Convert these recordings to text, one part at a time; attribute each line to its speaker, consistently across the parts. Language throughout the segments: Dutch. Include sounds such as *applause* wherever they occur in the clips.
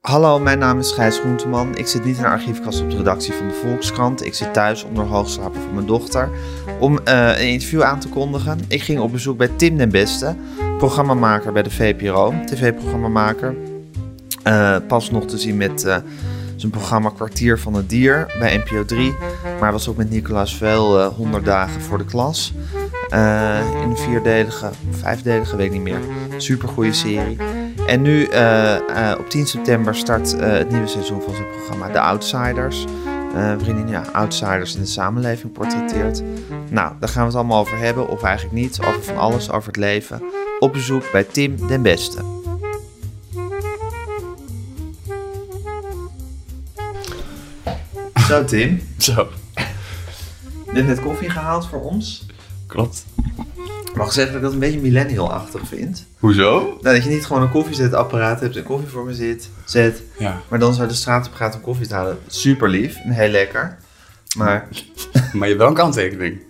Speaker 1: Hallo, mijn naam is Gijs Groenteman. Ik zit niet in de archiefkast op de redactie van de Volkskrant. Ik zit thuis onder hoogslapen van mijn dochter om eh, een interview aan te kondigen. Ik ging op bezoek bij Tim den Beste, programmamaker bij de VPRO, tv-programmamaker. Eh, pas nog te zien met eh, zijn programma Kwartier van het Dier bij NPO 3. Maar hij was ook met Nicolaas Veel eh 100 dagen voor de klas. Eh, in een vierdelige, vijfdelige, weet ik niet meer. Supergoeie serie. En nu eh, eh, op 10 september start eh, het nieuwe seizoen van zijn programma De Outsiders. eh, waarin hij ja, outsiders in de samenleving portretteert. Nou, daar gaan we het allemaal over hebben, of eigenlijk niet. Over van alles, over het leven. Op bezoek bij Tim den Beste. Zo Tim,
Speaker 2: *laughs* Zo,
Speaker 1: je hebt net koffie gehaald voor ons.
Speaker 2: klopt.
Speaker 1: Mag ik zeggen dat ik dat een beetje millennial-achtig vind?
Speaker 2: Hoezo?
Speaker 1: Nou, dat je niet gewoon een koffiezetapparaat hebt en koffie voor me zit, zet.
Speaker 2: Ja,
Speaker 1: Maar dan zou de straat op gaat om koffie te halen. Super lief en heel lekker. Maar
Speaker 2: maar je hebt wel een kanttekening.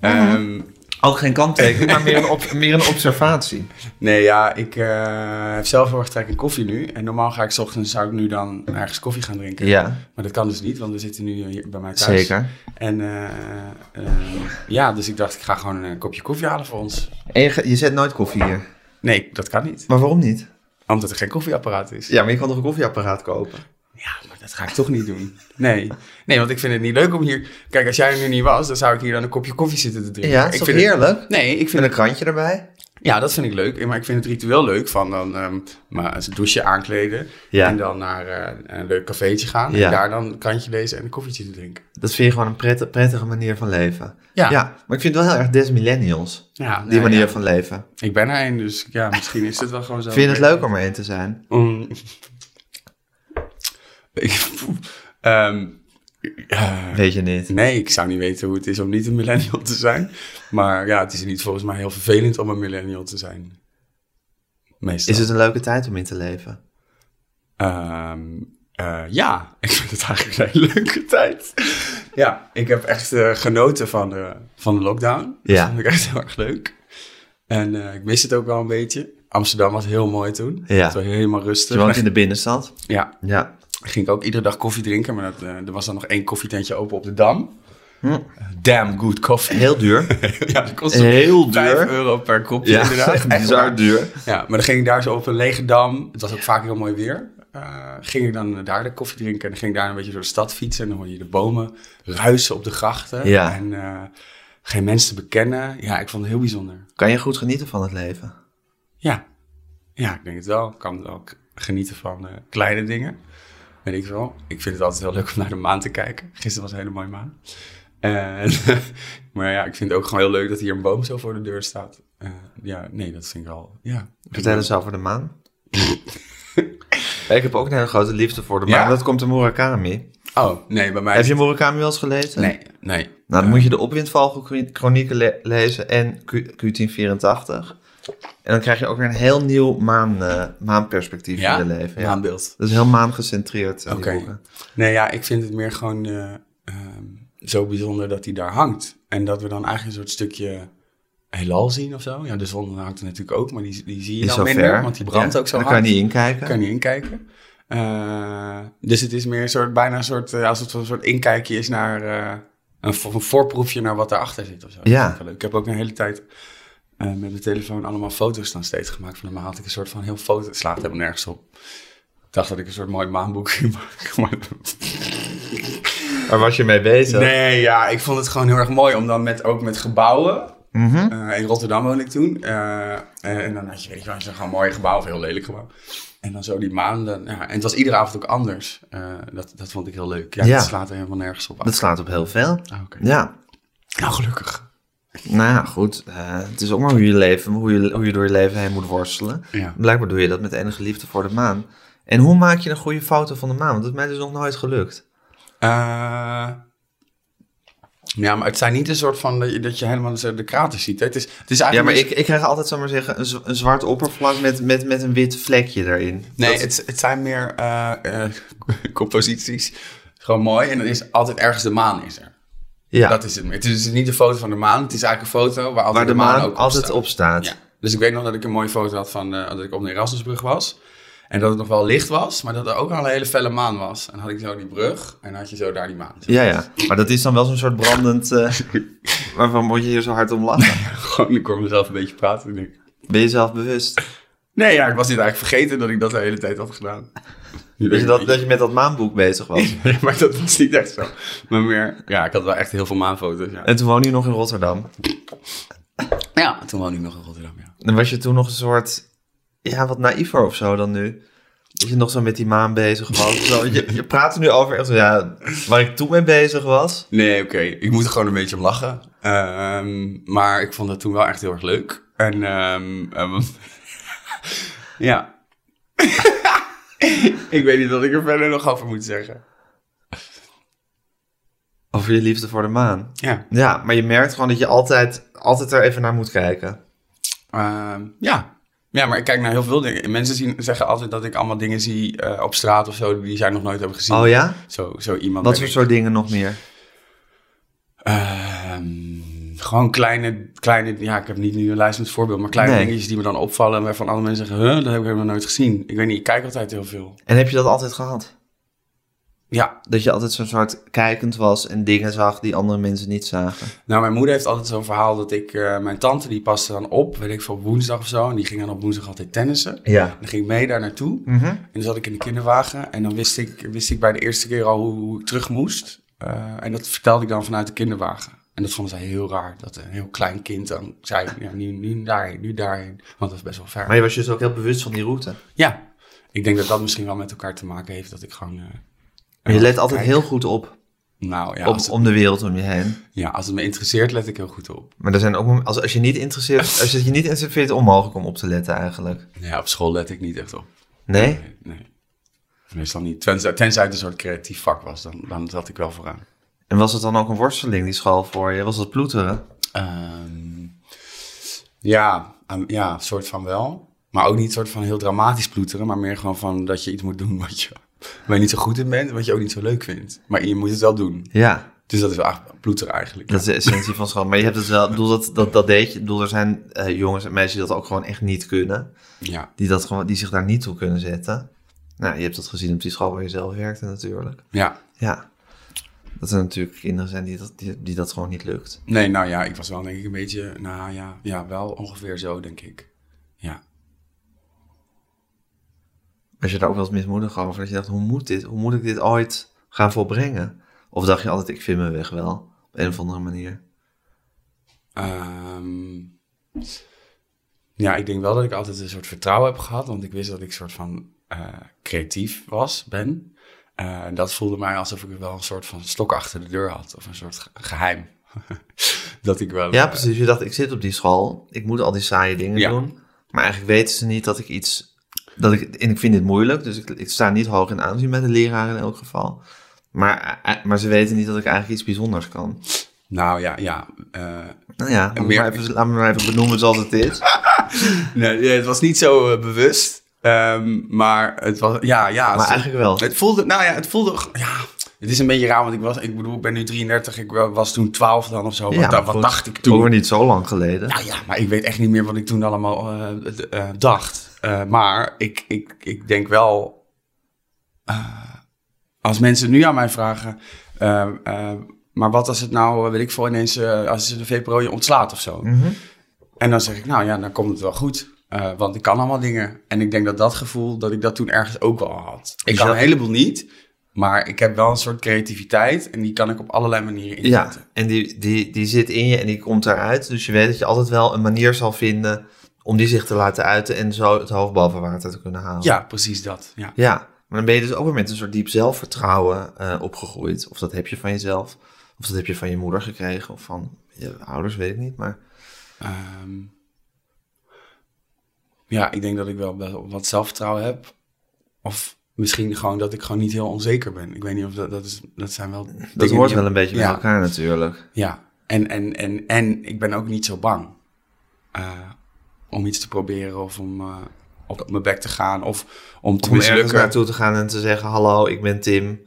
Speaker 2: Ehm,
Speaker 1: ook geen kanttekening, maar meer een, op- *laughs* meer een observatie.
Speaker 2: nee, ja, ik eh, heb zelf heel erg trek in koffie nu. En normaal ga ik 's ochtends, zou ik nu dan ergens koffie gaan drinken.
Speaker 1: Ja,
Speaker 2: Maar dat kan dus niet, want we zitten nu hier bij mij thuis.
Speaker 1: zeker.
Speaker 2: En eh, eh, ja, dus ik dacht, ik ga gewoon een kopje koffie halen voor ons.
Speaker 1: En je, ge- je zet nooit koffie hier.
Speaker 2: Nee, dat kan niet.
Speaker 1: Maar waarom niet?
Speaker 2: Omdat er geen koffieapparaat is.
Speaker 1: Ja, maar je kan toch een koffieapparaat kopen?
Speaker 2: Ja, maar dat ga ik toch niet doen. Nee. nee, want ik vind het niet leuk om hier... Kijk, als jij er nu niet was, dan zou ik hier dan een kopje koffie zitten te drinken.
Speaker 1: Ja, is
Speaker 2: ik
Speaker 1: toch
Speaker 2: vind het-
Speaker 1: heerlijk?
Speaker 2: Nee, ik vind
Speaker 1: Met een krantje erbij?
Speaker 2: Ja, dat vind ik leuk. Maar ik vind het ritueel leuk van dan ehm, maar eens een douche aankleden.
Speaker 1: Ja.
Speaker 2: En dan naar eh, een leuk cafeetje gaan.
Speaker 1: Ja.
Speaker 2: En daar dan een krantje lezen en een koffietje te drinken.
Speaker 1: Dat vind je gewoon een prettige, prettige manier van leven.
Speaker 2: Ja.
Speaker 1: maar ik vind het wel heel erg des millennials,
Speaker 2: Ja,
Speaker 1: die
Speaker 2: nou
Speaker 1: manier
Speaker 2: ja.
Speaker 1: van leven.
Speaker 2: Ik ben er een, dus ja, misschien is het wel gewoon zo.
Speaker 1: Vind je het leuk om erin te zijn?
Speaker 2: Mm. *laughs* Ik- Ehm, eh,
Speaker 1: Weet je niet.
Speaker 2: nee, ik zou niet weten hoe het is om niet een millennial te zijn. Maar ja, het is niet volgens mij heel vervelend om een millennial te zijn. Meestal.
Speaker 1: Is het een leuke tijd om in te leven?
Speaker 2: Ehm, eh, ja, *laughs* ik vind het eigenlijk een hele leuke tijd. Ja, ik heb echt eh, genoten van de, van de lockdown.
Speaker 1: Ja.
Speaker 2: Dat vond ik echt heel erg leuk. En eh, ik mis het ook wel een beetje. Amsterdam was heel mooi toen.
Speaker 1: Ja.
Speaker 2: Het was helemaal
Speaker 1: Je
Speaker 2: rustig.
Speaker 1: woont in de binnenstad?
Speaker 2: Ja,
Speaker 1: Ja.
Speaker 2: ging ik ook iedere dag koffie drinken. Maar dat, eh, er was dan nog één koffietentje open op de Dam. Eh,
Speaker 1: Hm.
Speaker 2: Damn good coffee.
Speaker 1: Heel duur.
Speaker 2: *laughs* ja, dat kostte
Speaker 1: Heel
Speaker 2: 5
Speaker 1: duur.
Speaker 2: euro per kopje
Speaker 1: Ja,
Speaker 2: inderdaad.
Speaker 1: echt
Speaker 2: Echt
Speaker 1: *laughs*
Speaker 2: waar.
Speaker 1: bizar duur.
Speaker 2: Ja, maar dan ging ik daar zo op een lege dam. Het was ook vaak heel mooi weer. Eh, ging ik dan daar de koffie drinken en dan ging ik daar een beetje door de stad fietsen. En dan hoorde je de bomen ruisen op de grachten.
Speaker 1: Ja.
Speaker 2: En eh, geen mensen te bekennen. Ja, ik vond het heel bijzonder.
Speaker 1: Kan je goed genieten van het leven?
Speaker 2: Ja, ja ik denk het wel. Ik kan wel k- genieten van eh, kleine dingen. Weet ik wel. Ik vind het altijd heel leuk om naar de maan te kijken. Gisteren was een hele mooie maan. En, *laughs* maar ja, ik vind het ook gewoon heel leuk dat hier een boom zo voor de deur staat. Eh, ja, nee, dat vind ik wel. Ja.
Speaker 1: Vertel eens over de maan. ik heb ook een hele grote liefde voor de maan.
Speaker 2: Ja?
Speaker 1: Dat komt door Murakami.
Speaker 2: Oh, nee, bij mij
Speaker 1: Heb je Murakami wel eens gelezen?
Speaker 2: Nee, nee.
Speaker 1: Nou, dan moet je de opwindvogelchronieken le- lezen en Q- Q1084. En dan krijg je ook weer een heel nieuw maan, eh, maanperspectief
Speaker 2: Ja?
Speaker 1: in je leven. Ja.
Speaker 2: Maanbeeld.
Speaker 1: Dat is heel maangecentreerd. eh, die
Speaker 2: Oké.
Speaker 1: boeken.
Speaker 2: Nee, ja, ik vind het meer gewoon eh, ehm, zo bijzonder dat hij daar hangt. En dat we dan eigenlijk een soort stukje heelal zien of zo. Ja, de zon hangt er natuurlijk ook, maar die, die zie je
Speaker 1: Is
Speaker 2: dan
Speaker 1: zo
Speaker 2: minder,
Speaker 1: ver.
Speaker 2: want die brandt
Speaker 1: Ja,
Speaker 2: ook zo
Speaker 1: Dan
Speaker 2: hard.
Speaker 1: kan je niet inkijken.
Speaker 2: kan je niet inkijken. Eh, dus het is meer een soort, bijna een soort, eh, als het een soort inkijkje is naar eh, een, vo- een voorproefje naar wat daarachter zit of zo. Dat
Speaker 1: Ja.
Speaker 2: vind ik wel leuk. Ik heb ook een hele tijd eh, met mijn telefoon allemaal foto's dan steeds gemaakt. Van normaal had ik een soort van heel foto, het slaat helemaal nergens op. Ik dacht dat ik een soort mooi maanboek *laughs* ging maken. maar-
Speaker 1: Waar was je mee bezig?
Speaker 2: Nee, ja, ik vond het gewoon heel erg mooi om dan met, ook met gebouwen.
Speaker 1: Mhm.
Speaker 2: Eh, in Rotterdam woonde ik toen. Eh, eh, en dan had je, weet je wel, zo'n mooi gebouw of een heel lelijk gebouw. En dan zo die maanden. Ja, en het was iedere avond ook anders. Eh, dat, dat vond ik heel leuk. Ja,
Speaker 1: Ja.
Speaker 2: dat slaat er helemaal nergens op af.
Speaker 1: Dat slaat op heel veel.
Speaker 2: Ah, oké.
Speaker 1: Ja,
Speaker 2: Nou, gelukkig.
Speaker 1: Nou ja, goed. eh, het is ook maar hoe je leven, hoe je, hoe je door je leven heen moet worstelen.
Speaker 2: Ja.
Speaker 1: Blijkbaar doe je dat met enige liefde voor de maan. En hoe maak je een goede foto van de maan? Want dat is mij dus nog nooit gelukt.
Speaker 2: Eh, ja, maar het zijn niet een soort van dat je, dat je helemaal zo de kraters ziet. hè. Het is, het is
Speaker 1: Ja,
Speaker 2: eigenlijk
Speaker 1: maar
Speaker 2: dus- meer-
Speaker 1: ik, ik krijg altijd, zal ik maar zeggen, een, z- een zwart oppervlak met, met, met een wit vlekje erin.
Speaker 2: Nee,
Speaker 1: Dat-
Speaker 2: het, het zijn meer eh, *laughs* eh, composities. Gewoon mooi. En dan is altijd ergens de maan is er.
Speaker 1: ja,
Speaker 2: Dat is het. meer. Het is dus niet een foto van de maan. Het is eigenlijk een foto waar altijd
Speaker 1: waar de maan, altijd
Speaker 2: ook
Speaker 1: op staat.
Speaker 2: Ja. Dus ik weet nog dat ik een mooie foto had van eh, dat ik op de Erasmusbrug was. En dat het nog wel licht was, maar dat er ook al een hele felle maan was. En dan had ik zo die brug en dan had je zo daar die maan.
Speaker 1: Ja, ja. Maar dat is dan wel zo'n soort brandend... eh,
Speaker 2: *laughs*
Speaker 1: waarvan moet je hier zo hard om lachen?
Speaker 2: Gewoon, ik hoor mezelf een beetje praten. en ik denk,
Speaker 1: Ben je zelf bewust?
Speaker 2: nee, ja, ik was dit eigenlijk vergeten dat ik dat de hele tijd had *laughs* gedaan. Nu
Speaker 1: Dat
Speaker 2: denk
Speaker 1: je,
Speaker 2: ik,
Speaker 1: dat,
Speaker 2: *laughs*
Speaker 1: dat je met dat maanboek bezig was?
Speaker 2: Ja, maar dat was niet echt zo. Maar meer, ja, ik had wel echt heel veel maanfoto's. Ja,
Speaker 1: En toen woonde je nog in Rotterdam.
Speaker 2: ja toen woonde ik nog in Rotterdam, ja.
Speaker 1: Dan was je toen nog een soort... Ja, wat naïver of zo dan nu. Dat je nog zo met die maan bezig was. Zo, je, je praat er nu over echt zo, ja, waar ik toen mee bezig was.
Speaker 2: Nee, oké. Ik moet er gewoon een beetje om lachen. Ehm, maar ik vond dat toen wel echt heel erg leuk. En, ehm, ehm, *laughs* ja. *laughs* ik weet niet wat ik er verder nog over moet zeggen.
Speaker 1: Over je liefde voor de maan.
Speaker 2: Ja.
Speaker 1: Ja, maar je merkt gewoon dat je altijd, altijd er even naar moet kijken.
Speaker 2: Ehm, ja. Ja, maar ik kijk naar heel veel dingen. Mensen zien, zeggen altijd dat ik allemaal dingen zie eh, op straat of zo die zij nog nooit hebben gezien.
Speaker 1: Oh ja?
Speaker 2: Zo, zo
Speaker 1: Wat
Speaker 2: iemand. ben
Speaker 1: voor
Speaker 2: ik.
Speaker 1: soort dingen nog meer?
Speaker 2: Ehm, gewoon kleine, kleine, ja, ik heb niet nu een lijst met voorbeeld, maar kleine
Speaker 1: Nee.
Speaker 2: dingetjes die me dan opvallen en waarvan andere mensen zeggen, huh, dat heb ik helemaal nooit gezien. Ik weet niet, ik kijk altijd heel veel.
Speaker 1: En heb je dat altijd gehad?
Speaker 2: Ja,
Speaker 1: Dat je altijd zo'n soort kijkend was en dingen zag die andere mensen niet zagen.
Speaker 2: nou, mijn moeder heeft altijd zo'n verhaal dat ik, eh, mijn tante die paste dan op, weet ik veel, op woensdag of zo, en die ging dan op woensdag altijd tennissen.
Speaker 1: Ja.
Speaker 2: Dan ging ik mee daar naartoe en dan zat ik in de kinderwagen en dan wist ik, wist ik bij de eerste keer al hoe, hoe ik terug moest. Eh, en dat vertelde ik dan vanuit de kinderwagen. En dat vonden zij heel raar, dat een heel klein kind dan zei, ja, nu, nu daarheen, nu daarheen, want dat is best wel ver.
Speaker 1: Maar je was je dus ook heel bewust van die route.
Speaker 2: Ja, ik denk dat dat misschien wel met elkaar te maken heeft dat ik gewoon. eh,
Speaker 1: En je
Speaker 2: eh,
Speaker 1: let altijd
Speaker 2: kijk.
Speaker 1: heel goed op,
Speaker 2: Nou ja
Speaker 1: op
Speaker 2: als, het,
Speaker 1: om de wereld om je heen.
Speaker 2: ja, als het me interesseert, let ik heel goed op.
Speaker 1: Maar er zijn ook mom- als, als je niet interesseert, als het je niet interesseert, vind je het onmogelijk om op te letten eigenlijk.
Speaker 2: Ja, op school let ik niet echt op.
Speaker 1: Nee?
Speaker 2: Nee. nee. Meestal niet. Tenzij, tenzij het een soort creatief vak was, dan, dan zat ik wel vooraan.
Speaker 1: En was het dan ook een worsteling, die school voor je? Was dat ploeteren?
Speaker 2: Ehm, ja, ehm, ja, soort van wel. Maar ook niet soort van heel dramatisch ploeteren, maar meer gewoon van dat je iets moet doen *laughs* wat je, waar je niet zo goed in bent, en wat je ook niet zo leuk vindt. Maar je moet het wel doen.
Speaker 1: Ja.
Speaker 2: Dus dat is wel echt ploeteren eigenlijk.
Speaker 1: Dat is de essentie van school. Maar je hebt het wel, ik bedoel, dat, dat, dat deed je. Ik bedoel, er zijn eh, jongens en meisjes die dat ook gewoon echt niet kunnen.
Speaker 2: Ja,
Speaker 1: Die, dat gewoon, die zich daar niet toe kunnen zetten. Nou, je hebt dat gezien op die school waar je zelf werkte natuurlijk.
Speaker 2: ja.
Speaker 1: Ja. Dat er natuurlijk kinderen zijn die dat, die, die dat gewoon niet lukt.
Speaker 2: Nee, nou ja, ik was wel denk ik een beetje, nou ja, ja, wel ongeveer zo denk ik. Ja.
Speaker 1: Was je daar ook wel eens mismoedig over? Dat je dacht, hoe moet dit? Hoe moet ik dit ooit gaan volbrengen? Of dacht je altijd, ik vind mijn weg wel. Op een of andere manier.
Speaker 2: Ehm, ja, ik denk wel dat ik altijd een soort vertrouwen heb gehad, want ik wist dat ik soort van eh, creatief was, ben. Eh, en dat voelde mij alsof ik wel een soort van stok achter de deur had, of een soort ge- geheim. *laughs* dat ik wel...
Speaker 1: Ja,
Speaker 2: eh,
Speaker 1: precies. Je dacht, ik zit op die school. Ik moet al die saaie dingen
Speaker 2: Ja.
Speaker 1: doen. Maar eigenlijk weten ze niet dat ik iets... Dat ik, en ik vind dit moeilijk, dus ik, ik sta niet hoog in aanzien met de leraar in elk geval. Maar, eh, maar ze weten niet dat ik eigenlijk iets bijzonders kan.
Speaker 2: nou ja, ja. eh,
Speaker 1: Nou ja, laat me,
Speaker 2: meer-
Speaker 1: maar even, laat me maar even benoemen zoals het is.
Speaker 2: nee, nee, het was niet zo eh, bewust, ehm, maar het was... Ja, ja.
Speaker 1: Maar
Speaker 2: zo-
Speaker 1: eigenlijk wel.
Speaker 2: Het voelde, nou ja, het voelde, ja, het is een beetje raar, want ik was, ik bedoel, ik ben nu 33, ik wa- was toen 12 dan of zo.
Speaker 1: Ja,
Speaker 2: wat, da-
Speaker 1: maar
Speaker 2: wat
Speaker 1: goed.
Speaker 2: dacht ik
Speaker 1: Ook weer
Speaker 2: toen?
Speaker 1: niet zo lang geleden.
Speaker 2: Nou ja, maar ik weet echt niet meer wat ik toen allemaal eh, d- eh, dacht. Eh, maar ik, ik, ik denk wel, eh, als mensen nu aan mij vragen, eh, eh, maar wat als het nou, eh, weet ik veel, ineens, eh, als ze de VPRO je ontslaat of zo.
Speaker 1: Mhm.
Speaker 2: En dan zeg ik, nou ja, dan komt het wel goed. Eh, want ik kan allemaal dingen. En ik denk dat dat gevoel, dat ik dat toen ergens ook wel had. Ik
Speaker 1: Is
Speaker 2: kan
Speaker 1: dat-
Speaker 2: een heleboel niet, maar ik heb wel een soort creativiteit. En die kan ik op allerlei manieren
Speaker 1: Ja,
Speaker 2: inzetten.
Speaker 1: en die, die, die zit in je en die komt eruit. Dus je weet dat je altijd wel een manier zal vinden om die zich te laten uiten en zo het hoofd boven water te kunnen halen.
Speaker 2: Ja, precies dat. Ja.
Speaker 1: Ja, maar dan ben je dus ook weer met een soort diep zelfvertrouwen eh, opgegroeid. Of dat heb je van jezelf, of dat heb je van je moeder gekregen, of van je ouders, weet ik niet. Maar
Speaker 2: Ehm, ja, ik denk dat ik wel best wel wat zelfvertrouwen heb. Of misschien gewoon dat ik gewoon niet heel onzeker ben. Ik weet niet of dat, dat is, dat zijn wel
Speaker 1: dat
Speaker 2: dingen
Speaker 1: hoort
Speaker 2: die-
Speaker 1: wel een beetje bij
Speaker 2: Ja.
Speaker 1: elkaar natuurlijk.
Speaker 2: Ja, en, en, en, en ik ben ook niet zo bang eh, om iets te proberen of om eh, op mijn bek te gaan of om te
Speaker 1: Om ergens
Speaker 2: mislukken.
Speaker 1: naartoe te gaan en te zeggen, hallo, ik ben Tim,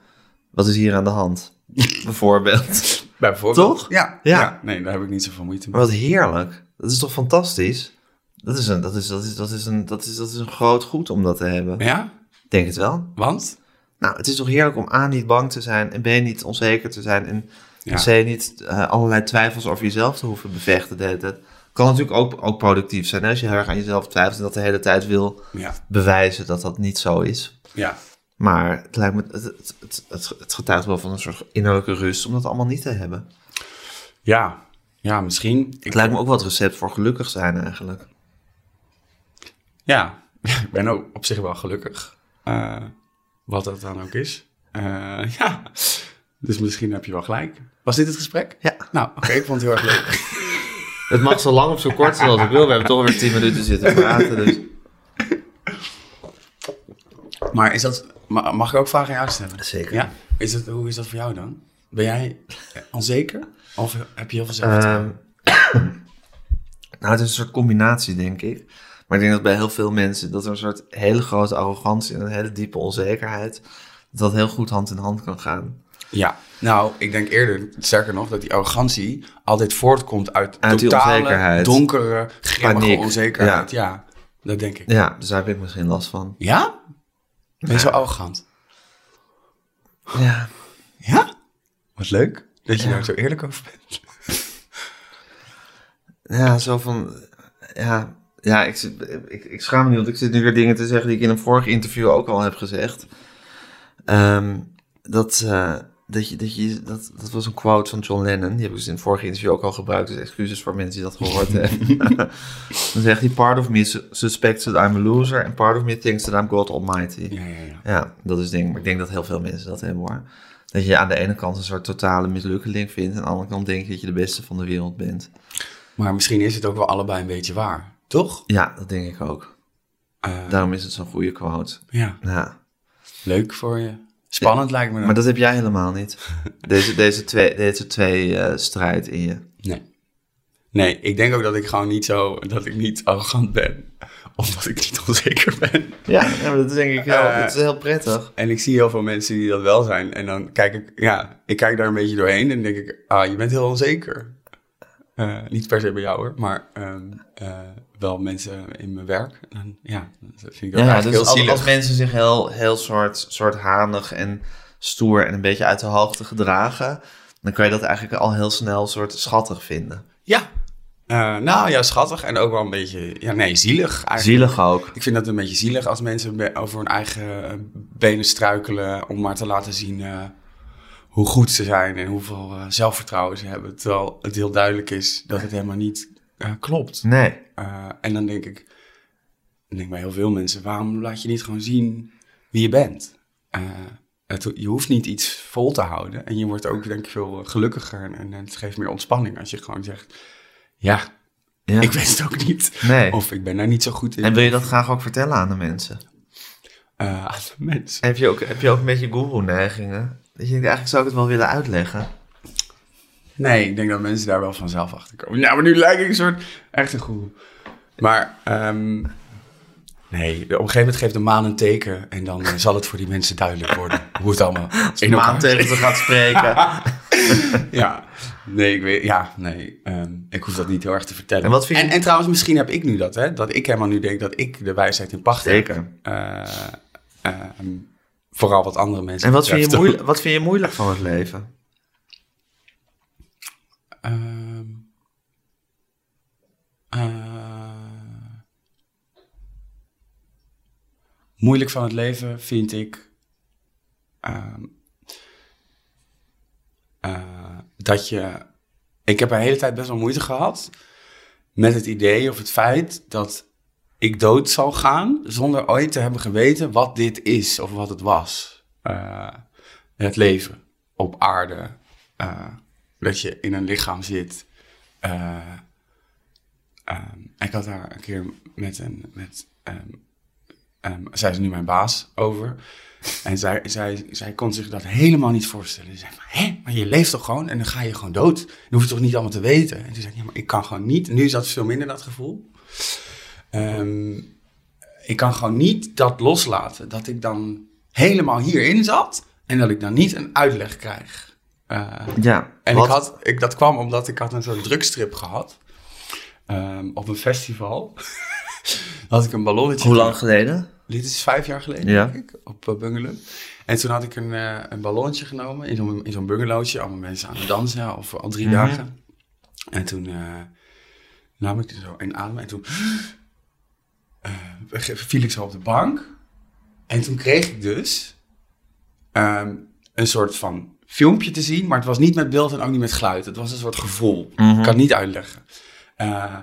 Speaker 1: wat is hier aan de
Speaker 2: *laughs*
Speaker 1: hand? Bijvoorbeeld.
Speaker 2: Bijvoorbeeld.
Speaker 1: Toch?
Speaker 2: Ja,
Speaker 1: Ja.
Speaker 2: ja. Nee, daar heb ik niet zoveel moeite mee.
Speaker 1: Maar wat heerlijk. Dat is toch fantastisch? Dat is een, dat is, dat is, dat is een, dat is, dat is een groot goed om dat te hebben.
Speaker 2: Ja?
Speaker 1: Ik Denk het wel.
Speaker 2: Want?
Speaker 1: Nou, het is toch heerlijk om A niet bang te zijn en B niet onzeker te zijn en
Speaker 2: Ja.
Speaker 1: C niet eh, allerlei twijfels over jezelf te hoeven bevechten de hele tijd. Kan natuurlijk ook, ook productief zijn hè, als je heel erg aan jezelf twijfelt en dat de hele tijd wil
Speaker 2: Ja.
Speaker 1: bewijzen dat dat niet zo is.
Speaker 2: Ja.
Speaker 1: Maar het lijkt me, het, het, het, het, het getuigt wel van een soort innerlijke rust om dat allemaal niet te hebben.
Speaker 2: Ja. Ja, misschien. Ik,
Speaker 1: Het lijkt me ook wel het recept voor gelukkig zijn eigenlijk.
Speaker 2: ja. *laughs* Ik ben ook op zich wel gelukkig. Eh, wat dat dan ook is. Eh, *laughs* ja. Dus misschien heb je wel gelijk. Was dit het gesprek?
Speaker 1: Ja.
Speaker 2: Nou, oké. ik vond het heel erg leuk.
Speaker 1: Het mag zo lang of zo kort zijn als ik wil. We hebben toch weer 10 minuten zitten praten. Dus.
Speaker 2: Maar is dat... ma- Mag ik ook vragen aan jou stellen?
Speaker 1: Zeker.
Speaker 2: Ja. Is dat, hoe is dat voor jou dan? Ben jij onzeker? Of heb je heel veel zelfvertrouwen?
Speaker 1: Ehm, nou, het is een soort combinatie, denk ik. Maar ik denk dat bij heel veel mensen dat er een soort hele grote arrogantie en een hele diepe onzekerheid, dat dat heel goed hand in hand kan gaan.
Speaker 2: Ja, nou, ik denk eerder, sterker nog, dat die arrogantie altijd voortkomt uit,
Speaker 1: Uit die
Speaker 2: totale,
Speaker 1: onzekerheid.
Speaker 2: donkere, grimmige
Speaker 1: Paniek,
Speaker 2: onzekerheid. Ja. dat denk ik.
Speaker 1: Ja, dus daar heb ik misschien last van.
Speaker 2: Ja? Ben je zo arrogant?
Speaker 1: Ja,
Speaker 2: Ja? Wat leuk dat je daar zo eerlijk over bent.
Speaker 1: ja zo van. Ja, ja ik, zit- ik, ik schaam me niet, want ik zit nu weer dingen te zeggen die ik in een vorig interview ook al heb gezegd. Ehm, dat, eh, dat, je, dat, je, dat, dat was een quote van John Lennon. Die heb ik dus in het vorige interview ook al gebruikt. Dus excuses voor mensen die dat gehoord hebben. Dan zegt hij: Part of me su- suspects that I'm a loser. En part of me thinks that I'm God Almighty. Ja,
Speaker 2: Ja, ja, ja.
Speaker 1: dat is het ding. Maar ik denk dat heel veel mensen dat hebben hoor. Dat je aan de ene kant een soort totale mislukkeling vindt. En aan de andere kant denk je dat je de beste van de wereld bent.
Speaker 2: Maar misschien is het ook wel allebei een beetje waar, toch?
Speaker 1: Ja, dat denk ik ook.
Speaker 2: Eh,
Speaker 1: Daarom is het zo'n goede quote.
Speaker 2: ja,
Speaker 1: Ja.
Speaker 2: leuk voor je. Spannend lijkt me dat.
Speaker 1: Maar dat heb jij helemaal niet. Deze, deze twee, deze twee eh, strijd in je.
Speaker 2: Nee. Nee, ik denk ook dat ik gewoon niet zo, dat ik niet arrogant ben. Of dat ik niet *laughs* onzeker ben.
Speaker 1: Ja, ja, maar dat is denk ik heel,
Speaker 2: Eh.
Speaker 1: dat is heel prettig.
Speaker 2: En ik zie heel veel mensen die dat wel zijn. En dan kijk ik, ja, ik kijk daar een beetje doorheen en denk ik, ah, je bent heel onzeker. Eh, niet per se bij jou hoor, maar ehm, eh, wel mensen in mijn werk. En, ja, dat vind ik ook
Speaker 1: Ja,
Speaker 2: eigenlijk
Speaker 1: dus
Speaker 2: heel
Speaker 1: als,
Speaker 2: zielig.
Speaker 1: als mensen zich heel, heel soort, soort hanig en stoer en een beetje uit de hoogte gedragen, dan kan je dat eigenlijk al heel snel soort schattig vinden.
Speaker 2: Ja, Eh, nou ja, schattig en ook wel een beetje, ja nee, zielig eigenlijk.
Speaker 1: Zielig ook.
Speaker 2: Ik vind dat een beetje zielig als mensen be- over hun eigen eh, benen struikelen om maar te laten zien eh, hoe goed ze zijn en hoeveel eh, zelfvertrouwen ze hebben. Terwijl het heel duidelijk is dat het helemaal niet eh, klopt.
Speaker 1: Nee.
Speaker 2: Eh, en dan denk ik, ik denk bij heel veel mensen, waarom laat je niet gewoon zien wie je bent? Eh, het, ho- je hoeft niet iets vol te houden. En je wordt ook, denk ik, veel gelukkiger. En, en het geeft meer ontspanning als je gewoon zegt, ja,
Speaker 1: Ja.
Speaker 2: ik weet het ook niet.
Speaker 1: Nee.
Speaker 2: Of ik ben daar niet zo goed in.
Speaker 1: En wil je dat graag ook vertellen aan de mensen?
Speaker 2: Eh, aan de mensen.
Speaker 1: Heb je ook, heb je ook een beetje guru-neigingen? Dat je denkt, eigenlijk zou ik het wel willen uitleggen.
Speaker 2: Nee, ik denk dat mensen daar wel vanzelf achter komen. Nou, maar nu lijk ik een soort echt een goeroe. Maar ehm, nee, op een gegeven moment geeft de maan een teken en dan eh, zal het voor die mensen duidelijk worden hoe
Speaker 1: *laughs*
Speaker 2: het allemaal in elkaar
Speaker 1: Maan tegen ze gaat spreken.
Speaker 2: *laughs* Ja, nee, ik weet, ja, nee, ehm, ik hoef dat niet heel erg te vertellen.
Speaker 1: En wat vind je-
Speaker 2: en, trouwens, misschien heb ik nu dat, hè, dat ik helemaal nu denk dat ik de wijsheid in pacht heb.
Speaker 1: Zeker.
Speaker 2: Eh, ehm, vooral wat andere mensen.
Speaker 1: En wat vind, je
Speaker 2: betreft.
Speaker 1: moeilijk, wat vind je moeilijk van het leven?
Speaker 2: Ehm. Eh. moeilijk van het leven vind ik ehm, eh, dat je. Ik heb een hele tijd best wel moeite gehad met het idee of het feit dat ik dood zal gaan zonder ooit te hebben geweten wat dit is of wat het was. Eh, het leven op aarde. eh, dat je in een lichaam zit. Eh, ehm, ik had daar een keer met een. Met, ehm, ehm, zij is nu mijn baas over. En zij, zij, zij kon zich dat helemaal niet voorstellen. Ze zei: maar, Hé, maar je leeft toch gewoon en dan ga je gewoon dood. Dan hoef je toch niet allemaal te weten. En toen zei ik: Ja, maar ik kan gewoon niet. Nu is dat veel minder dat gevoel. Ehm, ik kan gewoon niet dat loslaten. Dat ik dan helemaal hierin zat en dat ik dan niet een uitleg krijg. Eh,
Speaker 1: Ja.
Speaker 2: en
Speaker 1: wat-
Speaker 2: ik had, ik, dat kwam omdat ik had een soort drugstrip gehad. ehm, op een festival *laughs* had ik een ballonnetje.
Speaker 1: Hoe lang geleden?
Speaker 2: Dit is vijf jaar geleden,
Speaker 1: Ja.
Speaker 2: denk ik, op eh, Bungalow. En toen had ik een, eh, een ballonnetje genomen in zo'n, in zo'n bungalowtje. Allemaal mensen aan het dansen, of al drie
Speaker 1: Mhm.
Speaker 2: dagen. En toen eh, nam ik er zo in adem en toen eh, viel ik zo op de bank. En toen kreeg ik dus ehm, een soort van filmpje te zien, maar het was niet met beeld en ook niet met geluid. Het was een soort gevoel.
Speaker 1: Mhm.
Speaker 2: Ik kan het niet uitleggen. Eh,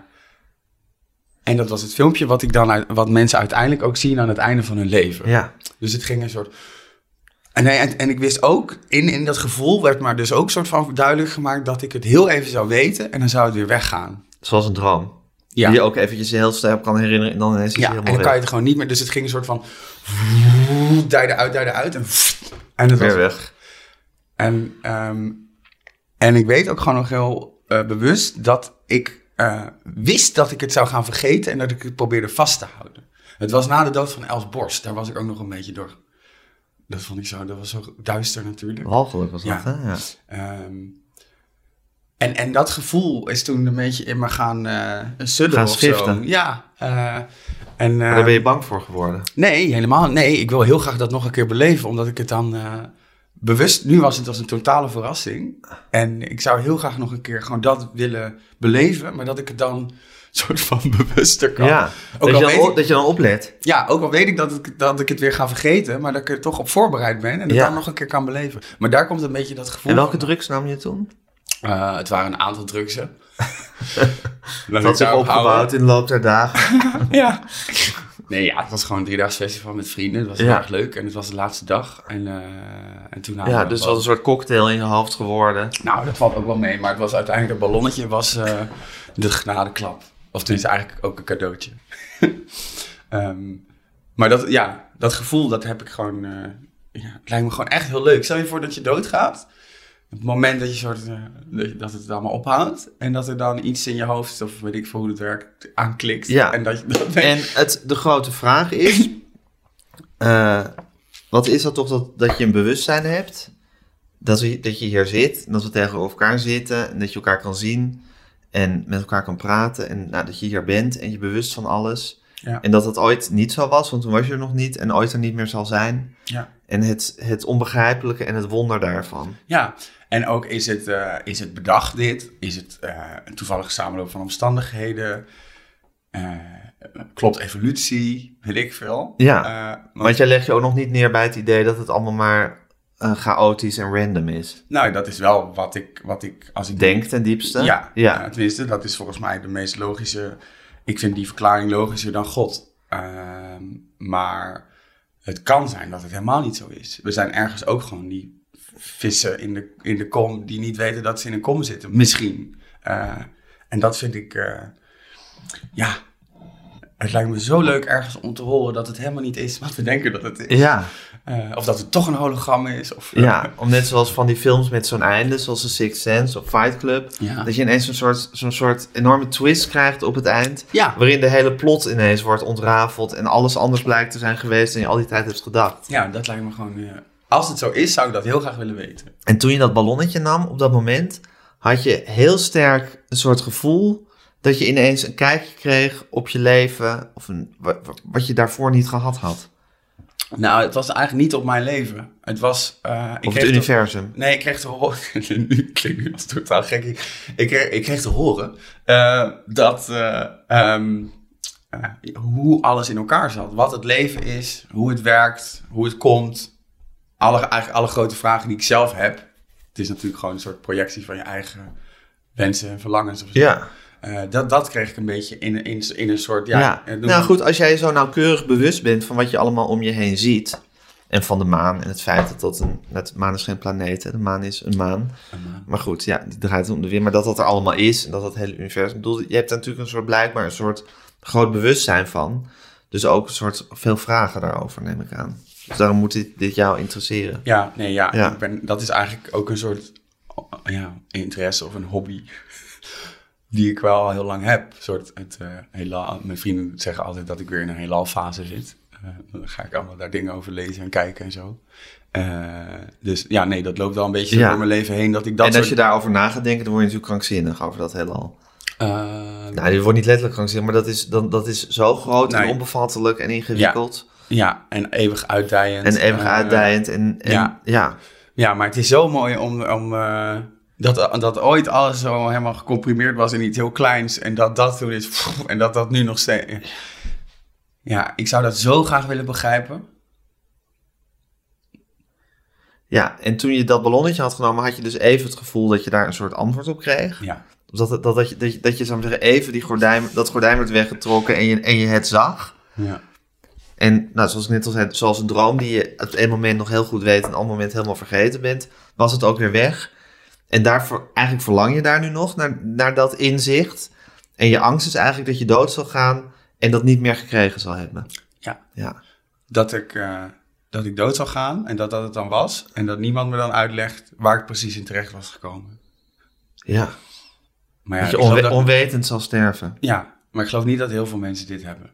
Speaker 2: en dat was het filmpje wat, ik dan uit- wat mensen uiteindelijk ook zien aan het einde van hun leven.
Speaker 1: Ja.
Speaker 2: Dus het ging een soort. En, nee, en, en ik wist ook, in, in dat gevoel werd maar dus ook soort van duidelijk gemaakt dat ik het heel even zou weten en dan zou het weer weggaan.
Speaker 1: Zoals een droom.
Speaker 2: Ja.
Speaker 1: Die je ook eventjes heel sterk kan herinneren en dan ineens is
Speaker 2: Ja,
Speaker 1: hij
Speaker 2: en
Speaker 1: helemaal
Speaker 2: dan kan je
Speaker 1: weg.
Speaker 2: het gewoon niet meer. Dus het ging een soort van. Duiden uit, duiden uit. En, en het was
Speaker 1: weer weg.
Speaker 2: En, ehm, en ik weet ook gewoon nog heel eh, bewust dat ik eh, wist dat ik het zou gaan vergeten en dat ik het probeerde vast te houden. Het was na de dood van Els Borst, daar was ik ook nog een beetje door. Dat vond ik zo, dat was zo duister natuurlijk.
Speaker 1: Walgelijk was dat,
Speaker 2: Ja.
Speaker 1: hè? Ja.
Speaker 2: Ehm, en, en dat gevoel is toen een beetje in me gaan eh sudderen
Speaker 1: Gaan
Speaker 2: of zo.
Speaker 1: schiften.
Speaker 2: Ja. eh,
Speaker 1: Maar
Speaker 2: en, ehm,
Speaker 1: daar ben je bang voor geworden.
Speaker 2: Nee, helemaal nee. Ik wil heel graag dat nog een keer beleven, omdat ik het dan eh, bewust... Nu was het als een totale verrassing. En ik zou heel graag nog een keer gewoon dat willen beleven, maar dat ik het dan *laughs* soort van bewuster kan.
Speaker 1: Ja.
Speaker 2: al
Speaker 1: Dat je,
Speaker 2: weet
Speaker 1: dan,
Speaker 2: ik-
Speaker 1: dat je dan oplet.
Speaker 2: Ja, ook al weet ik dat, ik dat ik het weer ga vergeten, maar dat ik er toch op voorbereid ben en het
Speaker 1: Ja.
Speaker 2: dan nog een keer kan beleven. Maar daar komt een beetje dat gevoel
Speaker 1: En welke
Speaker 2: van.
Speaker 1: drugs nam je toen?
Speaker 2: Eh, het waren een aantal
Speaker 1: *laughs*
Speaker 2: drugsen.
Speaker 1: Dat had zich opgebouwd in de loop der dagen.
Speaker 2: Ja. Nee, ja, het was gewoon een driedaags festival met vrienden. Het was heel
Speaker 1: Ja.
Speaker 2: erg leuk en het was de laatste dag. En, eh, en toen hadden
Speaker 1: Ja,
Speaker 2: we
Speaker 1: dus
Speaker 2: wel-
Speaker 1: dat is een soort cocktail in je hoofd geworden.
Speaker 2: Nou, dat valt ook wel mee, maar het was uiteindelijk dat ballonnetje was eh, de genadeklap. Of tenminste eigenlijk ook een cadeautje. *laughs* Ehm, maar dat, ja, dat gevoel, dat heb ik gewoon... eh, ja, het lijkt me gewoon echt heel leuk. Stel je voor dat je doodgaat. Het moment dat je soort, eh, dat je- dat het allemaal ophoudt. En dat er dan iets in je hoofd, of weet ik veel hoe het werkt, aanklikt.
Speaker 1: Ja.
Speaker 2: En dat je dat
Speaker 1: En het, de grote vraag is: eh, wat is dat toch dat, dat je een bewustzijn hebt? Dat, we, dat je hier zit, en dat we tegenover elkaar zitten, en dat je elkaar kan zien en met elkaar kan praten. En nou, dat je hier bent en je bewust van alles.
Speaker 2: Ja.
Speaker 1: En dat dat ooit niet zo was, want toen was je er nog niet en ooit er niet meer zal zijn.
Speaker 2: Ja.
Speaker 1: En het, het onbegrijpelijke en het wonder daarvan.
Speaker 2: Ja, en ook is het, eh, is het bedacht dit? Is het eh, een toevallige samenloop van omstandigheden? Eh, klopt evolutie? Weet ik veel.
Speaker 1: Ja,
Speaker 2: Eh, maar,
Speaker 1: Want jij legt je ook nog niet neer bij het idee dat het allemaal maar eh, chaotisch en random is.
Speaker 2: nou, dat is wel wat ik, wat ik als ik
Speaker 1: Denk ten diepste.
Speaker 2: Ja,
Speaker 1: ja.
Speaker 2: eh, tenminste, dat is volgens mij de meest logische. Ik vind die verklaring logischer dan God. Ehm, maar het kan zijn dat het helemaal niet zo is. We zijn ergens ook gewoon die vissen in de, in de kom die niet weten dat ze in een kom zitten. Misschien. Eh, en dat vind ik. eh, ja. Het lijkt me zo leuk ergens om te horen dat het helemaal niet is wat we denken dat het is.
Speaker 1: ja.
Speaker 2: Eh, of dat het toch een hologram is. Of,
Speaker 1: Ja, om net zoals van die films met zo'n einde, zoals The Sixth Sense of Fight Club,
Speaker 2: Ja.
Speaker 1: dat je ineens zo'n soort, zo'n soort enorme twist krijgt op het eind,
Speaker 2: Ja.
Speaker 1: waarin de hele plot ineens wordt ontrafeld en alles anders blijkt te zijn geweest dan je al die tijd hebt gedacht.
Speaker 2: ja, dat lijkt me gewoon. eh, als het zo is, zou ik dat heel graag willen weten.
Speaker 1: En toen je dat ballonnetje nam op dat moment, had je heel sterk een soort gevoel dat je ineens een kijkje kreeg op je leven, of een, wa- wa- wat je daarvoor niet gehad had,
Speaker 2: Nou, het was eigenlijk niet op mijn leven. Het was. eh, ik
Speaker 1: of
Speaker 2: kreeg
Speaker 1: het
Speaker 2: te-
Speaker 1: universum.
Speaker 2: nee, ik kreeg te horen. *laughs* nu klinkt het als totaal gek. Ik ik kreeg, ik kreeg te horen eh, dat. eh, ehm, eh, hoe alles in elkaar zat. Wat het leven is, hoe het werkt, hoe het komt. Alle, eigenlijk alle grote vragen die ik zelf heb. Het is natuurlijk gewoon een soort projectie van je eigen wensen en verlangens. Of zo.
Speaker 1: Ja,
Speaker 2: Eh, dat, dat kreeg ik een beetje in, in, in een soort. Ja,
Speaker 1: ja.
Speaker 2: eh, noem-
Speaker 1: Nou goed, als jij zo nauwkeurig bewust bent van wat je allemaal om je heen ziet. En van de maan en het feit dat dat een... nou, De maan is geen planeet, hè. de maan is een maan. Maar goed, ja, die draait om de weer. Maar dat dat er allemaal is en dat dat hele universum... Ik bedoel, je hebt daar natuurlijk een soort blijkbaar een soort groot bewustzijn van. Dus ook een soort veel vragen daarover, neem ik aan. Dus daarom moet dit, dit jou interesseren.
Speaker 2: Ja, nee, ja.
Speaker 1: Ja.
Speaker 2: Ik ben, dat is eigenlijk ook een soort oh, ja, interesse of een hobby *laughs* die ik wel al heel lang heb. Een soort het, eh heelal, mijn vrienden zeggen altijd dat ik weer in een heelalfase zit. Eh, dan ga ik allemaal daar dingen over lezen en kijken en zo. Eh, dus ja, nee, dat loopt wel een beetje
Speaker 1: Ja.
Speaker 2: door mijn leven heen dat ik dat
Speaker 1: en als
Speaker 2: soort...
Speaker 1: je daarover na gaat denken, dan word je natuurlijk krankzinnig over dat heelal.
Speaker 2: Eh,
Speaker 1: Nou, dit wordt niet letterlijk krankzinnig, maar dat is, dan, dat is zo groot en
Speaker 2: Nee.
Speaker 1: onbevattelijk en ingewikkeld.
Speaker 2: ja, en eeuwig uitdijend.
Speaker 1: En eeuwig
Speaker 2: Eh,
Speaker 1: uitdijend. En, en, ja.
Speaker 2: ja. Ja, maar het is zo mooi om... om eh, dat, dat ooit alles zo helemaal gecomprimeerd was in iets heel kleins. En dat dat toen is... pff, En dat dat nu nog steeds... Ja, ik zou dat zo graag willen begrijpen.
Speaker 1: ja, en toen je dat ballonnetje had genomen, had je dus even het gevoel dat je daar een soort antwoord op kreeg.
Speaker 2: Ja.
Speaker 1: Of Dat, dat, dat, je, dat, je, dat je, zou ik zeggen, even die gordijn, dat gordijn werd weggetrokken en je, en je het zag.
Speaker 2: ja.
Speaker 1: En nou, zoals ik net al zei, zoals een droom die je op een moment nog heel goed weet en op een moment helemaal vergeten bent, was het ook weer weg. En daarvoor, eigenlijk verlang je daar nu nog naar, naar dat inzicht. En je angst is eigenlijk dat je dood zal gaan en dat niet meer gekregen zal hebben.
Speaker 2: Ja.
Speaker 1: Ja,
Speaker 2: dat ik, eh, dat ik dood zou gaan en dat dat het dan was. En dat niemand me dan uitlegt waar ik precies in terecht was gekomen.
Speaker 1: ja.
Speaker 2: Maar ja,
Speaker 1: dat je
Speaker 2: ik geloof
Speaker 1: onwe-
Speaker 2: dat-
Speaker 1: onwetend zal sterven.
Speaker 2: ja, maar ik geloof niet dat heel veel mensen dit hebben.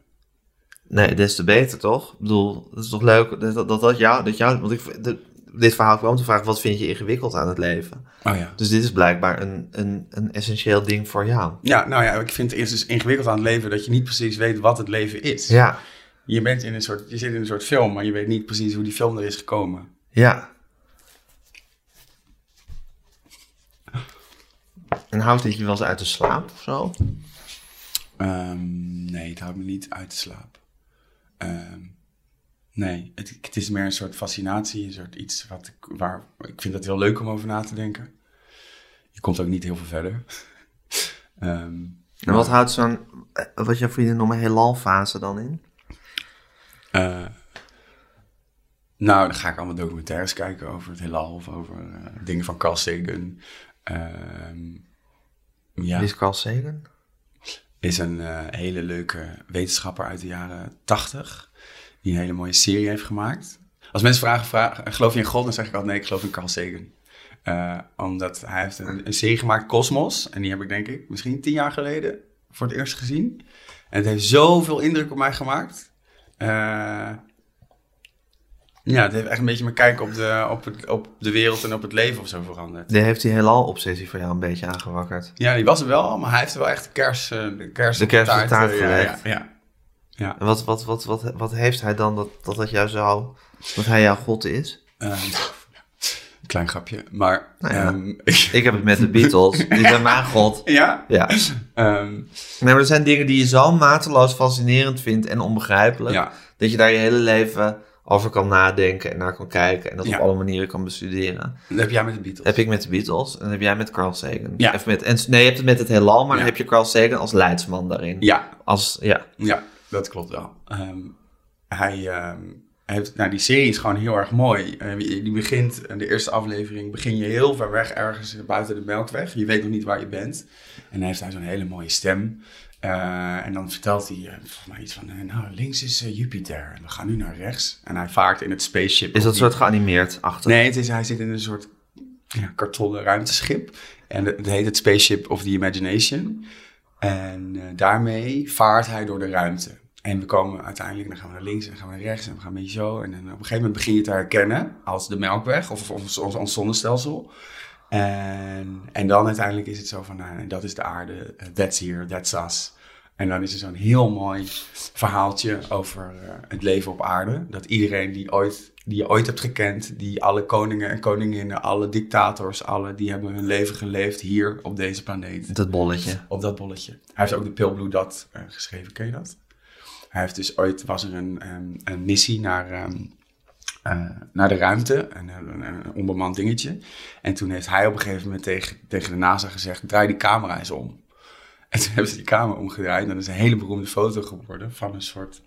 Speaker 1: Nee, des te beter toch? Ik bedoel, dat is toch leuk dat dat, dat, dat jou, dat jou, want ik, de- dit verhaal kwam te vragen, wat vind je ingewikkeld aan het leven?
Speaker 2: Oh ja.
Speaker 1: Dus dit is blijkbaar een, een, een essentieel ding voor jou.
Speaker 2: Ja, nou ja, ik vind het eerst dus ingewikkeld aan het leven dat je niet precies weet wat het leven is.
Speaker 1: Ja,
Speaker 2: Je, bent in een soort, je zit in een soort film, maar je weet niet precies hoe die film er is gekomen.
Speaker 1: ja. En houdt dit je wel eens uit de slaap of zo?
Speaker 2: Ehm, nee, het houdt me niet uit de slaap. Ehm, nee, het, het is meer een soort fascinatie, een soort iets wat ik, waar ik vind dat heel leuk om over na te denken. Je komt ook niet heel veel verder. *laughs* Ehm,
Speaker 1: En wat houdt zo'n, eh, wat je vrienden noemen, heelalfase dan in?
Speaker 2: eh, nou, dan ga ik allemaal documentaires kijken over het heelal of over eh, dingen van Carl Sagan. Ehm, ja.
Speaker 1: Is Carl Sagan?
Speaker 2: is een eh, hele leuke wetenschapper uit de jaren 80. Die een hele mooie serie heeft gemaakt. Als mensen vragen, vragen geloof je in God? Dan zeg ik altijd nee, ik geloof in Carl Sagan. Eh, omdat hij heeft een, een serie gemaakt, Cosmos. En die heb ik denk ik misschien tien jaar geleden voor het eerst gezien. En het heeft zoveel indruk op mij gemaakt. Eh, ja, het heeft echt een beetje mijn kijk op de, op, het, op de wereld en op het leven of zo veranderd.
Speaker 1: Die heeft die heelal-obsessie voor jou een beetje aangewakkerd.
Speaker 2: Ja, die was er wel, maar hij heeft er wel echt de kers, eh, de kers
Speaker 1: De
Speaker 2: op de
Speaker 1: kers op de
Speaker 2: taart,
Speaker 1: taart
Speaker 2: eh, ja, ja,
Speaker 1: gelegd.
Speaker 2: ja.
Speaker 1: En wat, wat, wat, wat, wat heeft hij dan dat, dat dat jou zo, dat hij jouw god is?
Speaker 2: Ehm, klein grapje, maar...
Speaker 1: Nou ja.
Speaker 2: ehm, *laughs*
Speaker 1: Ik heb het met de Beatles, die zijn mijn god.
Speaker 2: ja,
Speaker 1: Ja.
Speaker 2: ehm,
Speaker 1: Nee, maar er zijn dingen die je zo mateloos fascinerend vindt en onbegrijpelijk,
Speaker 2: ja,
Speaker 1: dat je daar je hele leven over kan nadenken en naar kan kijken en dat
Speaker 2: Ja.
Speaker 1: op alle manieren kan bestuderen.
Speaker 2: dat heb jij met de Beatles.
Speaker 1: heb ik met de Beatles en dat heb jij met Carl Sagan.
Speaker 2: Ja.
Speaker 1: Of met, en, nee, je hebt het met het heelal, maar dan
Speaker 2: Ja.
Speaker 1: heb je Carl Sagan als leidsman daarin.
Speaker 2: Ja,
Speaker 1: Als, ja.
Speaker 2: ja, dat klopt wel. Ehm, hij ehm, heeft... Nou, die serie is gewoon heel erg mooi. Eh, die begint, eh, de eerste aflevering, begin je heel ver weg ergens buiten de Melkweg. Je weet nog niet waar je bent. En dan heeft hij zo'n hele mooie stem. Eh, en dan vertelt hij eh, volgens mij iets van, eh, nou, links is eh, Jupiter. En we gaan nu naar rechts. En hij vaart in het spaceship.
Speaker 1: Is dat
Speaker 2: op die-
Speaker 1: soort geanimeerd achter?
Speaker 2: Nee, het is, hij zit in een soort ja, kartonnen ruimteschip. En het het heet het Spaceship of the Imagination. En eh, daarmee vaart hij door de ruimte. En we komen uiteindelijk, dan gaan we naar links en dan gaan we naar rechts en we gaan een beetje zo. En dan op een gegeven moment begin je te herkennen als de Melkweg of ons, ons, ons zonnestelsel. En, en dan uiteindelijk is het zo van, nou, dat is de aarde, that's here, that's us. En dan is er zo'n heel mooi verhaaltje over eh, het leven op aarde. Dat iedereen die, ooit, die je ooit hebt gekend, die alle koningen en koninginnen, alle dictators, alle, die hebben hun leven geleefd hier op deze planeet
Speaker 1: Dat bolletje.
Speaker 2: op dat bolletje. Hij heeft ook de Pale Blue Dot eh, geschreven, ken je dat? Hij heeft dus ooit, was er een, ehm, een missie naar, ehm, eh, naar de ruimte, een, een, een onbemand dingetje. En toen heeft hij op een gegeven moment tegen, tegen de NASA gezegd, draai die camera eens om. En toen *laughs* hebben ze die camera omgedraaid en dat is een hele beroemde foto geworden van een soort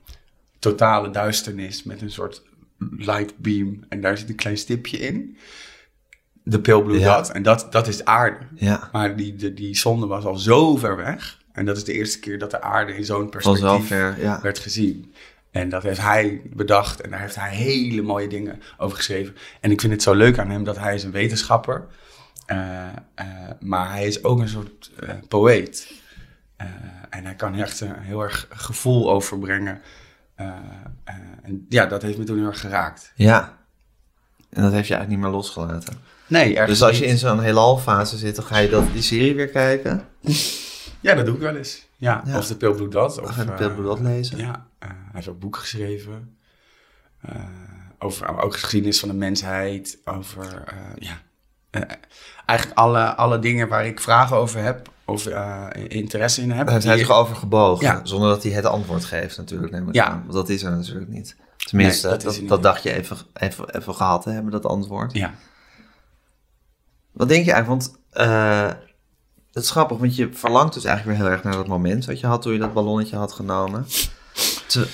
Speaker 2: totale duisternis met een soort light beam. En daar zit een klein stipje in. De Pale Blue
Speaker 1: Ja.
Speaker 2: Dot. En dat, dat is de aarde.
Speaker 1: Ja.
Speaker 2: Maar die, de, die zonde was al zo ver weg. En dat is de eerste keer dat de aarde in zo'n
Speaker 1: Van
Speaker 2: perspectief
Speaker 1: zo ver, ja.
Speaker 2: werd gezien. En dat heeft hij bedacht. En daar heeft hij hele mooie dingen over geschreven. En ik vind het zo leuk aan hem dat hij is een wetenschapper. eh, eh, maar hij is ook een soort eh, poëet. Eh, en hij kan echt een heel erg gevoel overbrengen. Eh, eh, en ja, dat heeft me toen heel erg geraakt.
Speaker 1: Ja. En dat heeft je eigenlijk niet meer losgelaten.
Speaker 2: Nee, ergens
Speaker 1: Dus als je
Speaker 2: niet.
Speaker 1: in zo'n heelal fase zit, dan ga je dat, die serie weer kijken.
Speaker 2: Ja, dat doe ik wel eens. Ja,
Speaker 1: Ja.
Speaker 2: of de pil doet dat. Of,
Speaker 1: Ga je de
Speaker 2: eh,
Speaker 1: Pilbrood lezen?
Speaker 2: Ja, eh, hij heeft ook boeken geschreven. eh, over ook geschiedenis van de mensheid. Over, eh, ja. eh, eigenlijk alle, alle dingen waar ik vragen over heb. Of eh, interesse in heb.
Speaker 1: Daar heeft
Speaker 2: die-
Speaker 1: hij zich over gebogen,
Speaker 2: Ja.
Speaker 1: zonder dat hij het antwoord geeft natuurlijk. Neem ik
Speaker 2: Ja.
Speaker 1: aan. Want dat is er natuurlijk niet. Tenminste,
Speaker 2: Nee, dat
Speaker 1: dat,
Speaker 2: is er
Speaker 1: dat,
Speaker 2: niet.
Speaker 1: dacht je even, even, even gehad te hebben, dat antwoord.
Speaker 2: Ja.
Speaker 1: Wat denk je eigenlijk? Want eh het is grappig, want je verlangt dus eigenlijk weer heel erg naar dat moment wat je had toen je dat ballonnetje had genomen. Te-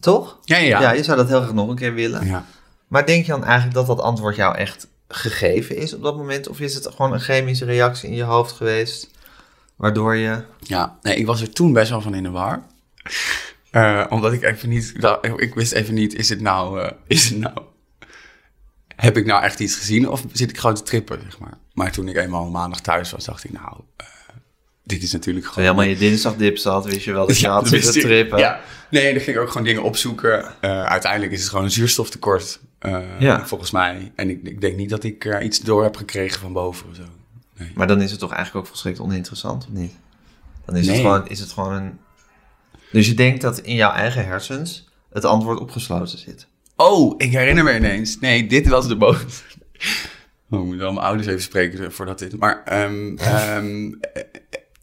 Speaker 1: Toch?
Speaker 2: Ja, ja, ja.
Speaker 1: Ja, je zou dat heel graag nog een keer willen.
Speaker 2: Ja.
Speaker 1: Maar denk je dan eigenlijk dat dat antwoord jou echt gegeven is op dat moment? Of is het gewoon een chemische reactie in je hoofd geweest, waardoor je...
Speaker 2: Ja, nee, ik was er toen best wel van in de war. Eh, omdat ik even niet, dacht- ik, ik wist even niet, is het nou, eh, is het nou, heb ik nou echt iets gezien of zit ik gewoon te trippen, zeg maar. Maar toen ik eenmaal maandag thuis was, dacht ik, nou, eh, dit is natuurlijk
Speaker 1: Toen
Speaker 2: gewoon...
Speaker 1: je helemaal in je dinsdagdip zat, wist je wel dat je
Speaker 2: *laughs* Ja,
Speaker 1: had
Speaker 2: dat
Speaker 1: zitten
Speaker 2: wist ik.
Speaker 1: trippen.
Speaker 2: Ja. Nee, dan ging ik ook gewoon dingen opzoeken. Eh, uiteindelijk is het gewoon een zuurstoftekort, eh,
Speaker 1: Ja.
Speaker 2: volgens mij. En ik, ik denk niet dat ik eh, iets door heb gekregen van boven of zo.
Speaker 1: Maar dan is het toch eigenlijk ook verschrikkelijk oninteressant, of niet? Dan is, het,
Speaker 2: Nee.
Speaker 1: gewoon, is het gewoon een... Dus je denkt dat in jouw eigen hersens het antwoord opgesloten zit.
Speaker 2: Oh, ik herinner me ineens. Nee, dit was de boot. Oh, ik moet wel mijn ouders even spreken voordat dit. Maar ehm, ehm, eh,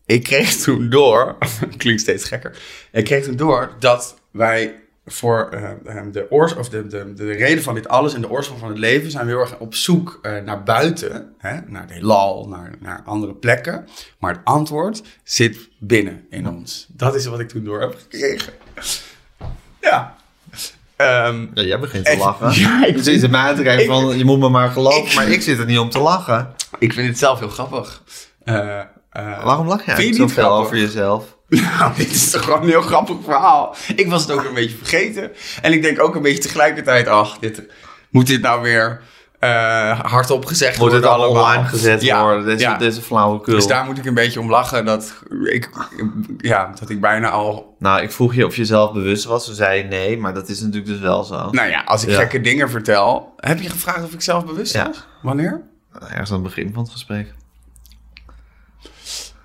Speaker 2: ik kreeg toen door. *laughs* klinkt steeds gekker. Ik kreeg toen door dat wij voor eh, ehm, de, oors, of de, de, de reden van dit alles en de oorsprong van het leven zijn we heel erg op zoek eh, naar buiten, hè? naar het heelal, naar, naar andere plekken. Maar het antwoord zit binnen in ons. Dat is wat ik toen door heb gekregen. Ja. Ehm,
Speaker 1: Ja, jij begint te
Speaker 2: Echt?
Speaker 1: lachen.
Speaker 2: Ja, ik
Speaker 1: je zit er mij aan te kijken
Speaker 2: ik-
Speaker 1: van, je moet me maar geloven,
Speaker 2: ik-
Speaker 1: maar ik zit er niet om te lachen.
Speaker 2: Ik vind het zelf heel grappig. Eh, eh, *laughs*
Speaker 1: Waarom lach je
Speaker 2: Vind je
Speaker 1: eigenlijk
Speaker 2: niet
Speaker 1: zoveel
Speaker 2: grappig?
Speaker 1: over jezelf?
Speaker 2: Nou, dit is toch gewoon een heel grappig verhaal. Ik was het ook een beetje vergeten. En ik denk ook een beetje tegelijkertijd, ach, dit, moet dit nou weer eh, hardop gezegd
Speaker 1: Wordt
Speaker 2: worden
Speaker 1: het al
Speaker 2: allemaal?
Speaker 1: online gezet
Speaker 2: Ja,
Speaker 1: worden? Dit is,
Speaker 2: ja.
Speaker 1: dit is een flauwekul.
Speaker 2: Dus daar moet ik een beetje om lachen dat ik, ja, dat ik bijna al...
Speaker 1: Nou, ik vroeg je of je zelf bewust was. Toen zei je nee, maar dat is natuurlijk dus wel zo.
Speaker 2: Nou ja, als ik
Speaker 1: Ja.
Speaker 2: gekke dingen vertel... Heb je gevraagd of ik zelf bewust
Speaker 1: Ja. Nou,
Speaker 2: was? Wanneer?
Speaker 1: Ergens aan het begin van het gesprek.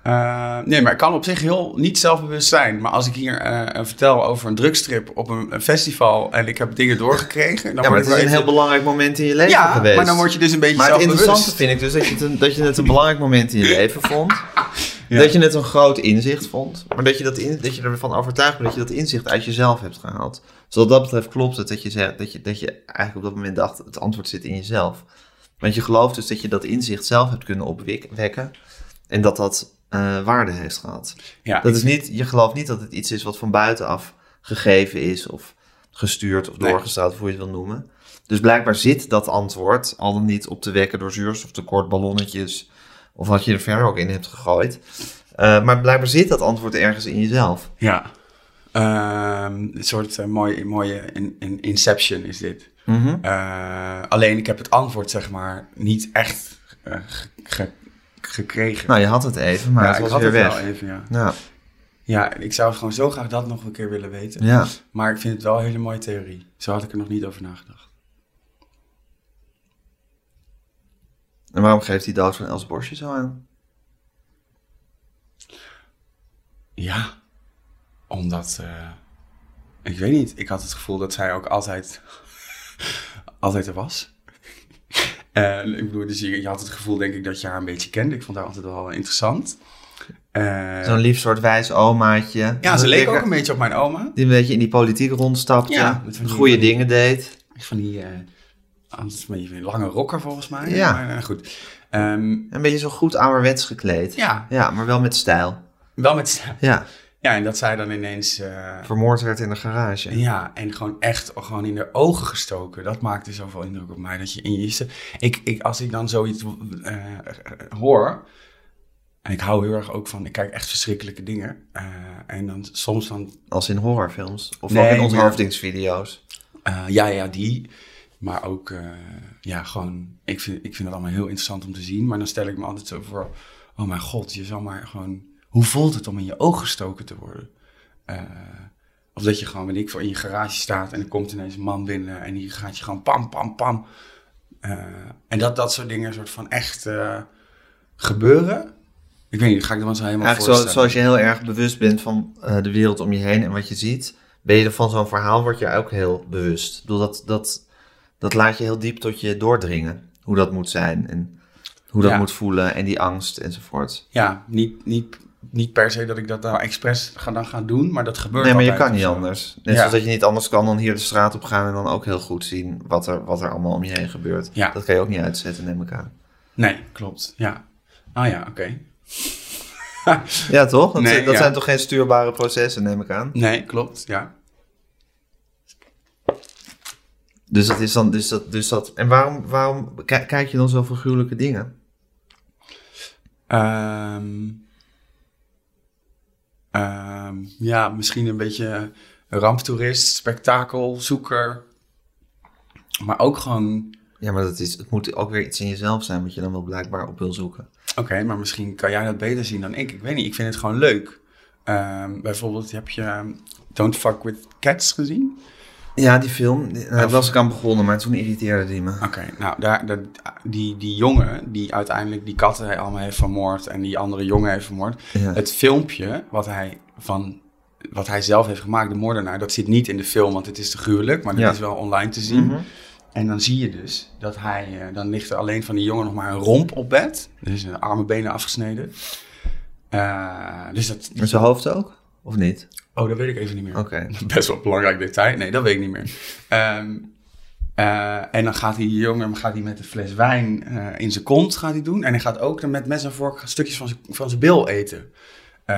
Speaker 2: Eh, nee, maar ik kan op zich heel niet zelfbewust zijn. Maar als ik hier eh, vertel over een drugstrip op een, een festival en ik heb dingen doorgekregen. Dan
Speaker 1: Ja, maar
Speaker 2: word
Speaker 1: het is
Speaker 2: ik wel
Speaker 1: een
Speaker 2: even-
Speaker 1: heel belangrijk moment in je leven
Speaker 2: Ja,
Speaker 1: geweest.
Speaker 2: maar dan word je dus een beetje
Speaker 1: Maar het
Speaker 2: zelfbewust.
Speaker 1: interessante vind ik dus dat je het een, dat je het een belangrijk moment in je leven
Speaker 2: *laughs*
Speaker 1: vond. Dat je het een groot inzicht vond. Maar dat je, dat, in, dat je ervan overtuigd bent dat je dat inzicht uit jezelf hebt gehaald. Dus wat dat betreft klopt het dat je, zegt, dat je, dat je eigenlijk op dat moment dacht: het antwoord zit in jezelf. Want je gelooft dus dat je dat inzicht zelf hebt kunnen opwekken. En dat dat eh, waarde heeft gehad.
Speaker 2: Ja,
Speaker 1: Dat is niet, je gelooft niet dat het iets is wat van buitenaf gegeven is of gestuurd of
Speaker 2: Nee.
Speaker 1: doorgestraald, of hoe je het wil noemen. Dus blijkbaar zit dat antwoord al dan niet op te wekken door zuurstoftekort, ballonnetjes of wat je er verder ook in hebt gegooid. Eh, maar blijkbaar zit dat antwoord ergens in jezelf.
Speaker 2: ja. Ehm, een soort eh, mooie, mooie in, in- inception is dit. Eh, alleen ik heb het antwoord, zeg maar, niet echt eh, ge- ge- gekregen.
Speaker 1: Nou, je had het even, maar
Speaker 2: Ja,
Speaker 1: het
Speaker 2: ik
Speaker 1: was
Speaker 2: had
Speaker 1: weer
Speaker 2: het
Speaker 1: weg.
Speaker 2: wel even, ja.
Speaker 1: Ja,
Speaker 2: Ja, en ik zou gewoon zo graag dat nog een keer willen weten.
Speaker 1: ja.
Speaker 2: Maar ik vind het wel een hele mooie theorie. Zo had ik er nog niet over nagedacht.
Speaker 1: En waarom geeft die dood van Els Borstje zo aan?
Speaker 2: Ja, omdat eh, ik weet niet. Ik had het gevoel dat zij ook altijd, *laughs* altijd er was. *laughs* En ik bedoel, dus je, je had het gevoel, denk ik, dat je haar een beetje kende. Ik vond haar altijd wel interessant. Eh,
Speaker 1: Zo'n lief soort wijs omaatje.
Speaker 2: ja, ze leek
Speaker 1: Lekker-
Speaker 2: ook een beetje op mijn oma.
Speaker 1: Die een beetje in die politiek rondstapte,
Speaker 2: Ja, met van die-
Speaker 1: goede dingen deed.
Speaker 2: Van die, eh, anders met die lange rokken volgens mij.
Speaker 1: Ja.
Speaker 2: Maar, eh, goed. Ehm,
Speaker 1: Een beetje zo goed ouderwets gekleed.
Speaker 2: ja,
Speaker 1: Ja, maar wel met stijl.
Speaker 2: wel met...
Speaker 1: Ja,
Speaker 2: Ja, en dat zij dan ineens... eh,
Speaker 1: vermoord werd in de garage.
Speaker 2: Ja, en gewoon echt gewoon in de ogen gestoken. Dat maakte zoveel indruk op mij. Dat je in je eerste- Ik, ik, als ik dan zoiets eh, hoor. En ik hou heel erg ook van. Ik kijk echt verschrikkelijke dingen. eh, en dan soms dan.
Speaker 1: Als in horrorfilms. Of
Speaker 2: Nee,
Speaker 1: ook in
Speaker 2: maar-
Speaker 1: onthoofdingsvideo's.
Speaker 2: eh, ja, ja, die. Maar ook. eh, ja, gewoon. Ik vind, ik vind het allemaal heel interessant om te zien. Maar dan stel ik me altijd zo voor. Oh mijn god, je zal maar gewoon. Hoe voelt het om in je ogen gestoken te worden? Eh, of dat je gewoon, weet ik veel, in je garage staat en er komt ineens een man binnen en die gaat je gewoon pam, pam, pam. Eh, en dat dat soort dingen soort van echt eh, gebeuren. Ik weet niet, ga ik er wel zo helemaal
Speaker 1: Eigenlijk zo,
Speaker 2: voorstellen.
Speaker 1: zoals je heel erg bewust bent van eh, de wereld om je heen en wat je ziet, ben je er van zo'n verhaal word je ook heel bewust. Ik bedoel, dat, dat, dat laat je heel diep tot je doordringen. Hoe dat moet zijn en hoe dat
Speaker 2: Ja.
Speaker 1: moet voelen en die angst enzovoort.
Speaker 2: Ja, niet, niet, niet per se dat ik dat nou expres ga, dan ga doen, maar dat gebeurt
Speaker 1: Nee, maar je
Speaker 2: altijd
Speaker 1: kan niet
Speaker 2: of zo.
Speaker 1: anders. Net
Speaker 2: Ja.
Speaker 1: zoals dat je niet anders kan dan hier de straat op gaan en dan ook heel goed zien wat er, wat er allemaal om je heen gebeurt.
Speaker 2: Ja.
Speaker 1: Dat kan je ook niet uitzetten, neem ik aan.
Speaker 2: Nee, klopt. Ja. Ah ja, oké.
Speaker 1: Ja, toch? Dat,
Speaker 2: Nee,
Speaker 1: dat
Speaker 2: ja.
Speaker 1: zijn toch geen stuurbare processen, neem ik aan.
Speaker 2: Nee, klopt. Ja.
Speaker 1: Dus dat is dan, dus dat, dus dat. En waarom, waarom ki- kijk je dan zo voor gruwelijke dingen?
Speaker 2: Ehm, ehm, ja, misschien een beetje ramptoerist, spektakelzoeker. Maar ook gewoon
Speaker 1: Ja, maar dat is, het moet ook weer iets in jezelf zijn wat je dan wel blijkbaar op wil zoeken.
Speaker 2: Oké, maar misschien kan jij dat beter zien dan ik. Ik weet niet, ik vind het gewoon leuk. Ehm, bijvoorbeeld heb je ehm, Don't Fuck With Cats gezien.
Speaker 1: Ja, die film, die- nou, daar was ik aan begonnen, maar toen irriteerde die me.
Speaker 2: Oké, nou, daar, daar- die, die jongen die uiteindelijk die katten allemaal heeft vermoord... en die andere jongen heeft vermoord.
Speaker 1: Ja.
Speaker 2: Het filmpje wat hij, van, wat hij zelf heeft gemaakt, de moordenaar... dat zit niet in de film, want het is te gruwelijk... maar dat
Speaker 1: Ja.
Speaker 2: is wel online te zien.
Speaker 1: Mhm.
Speaker 2: En dan zie je dus dat hij, eh, dan ligt er alleen van die jongen nog maar een romp op bed. Dus zijn armen benen afgesneden. Eh, dus dat,
Speaker 1: En zijn hoofd ook? Of niet?
Speaker 2: Oh, dat weet ik even niet meer.
Speaker 1: Oké.
Speaker 2: *laughs* Best wel een belangrijk detail. Nee, dat weet ik niet meer. Ehm, eh, en dan gaat die jongen gaat hij met een fles wijn eh, in zijn kont gaat hij doen. En hij gaat ook dan met mes en vork stukjes van zijn, van zijn bil eten. Eh,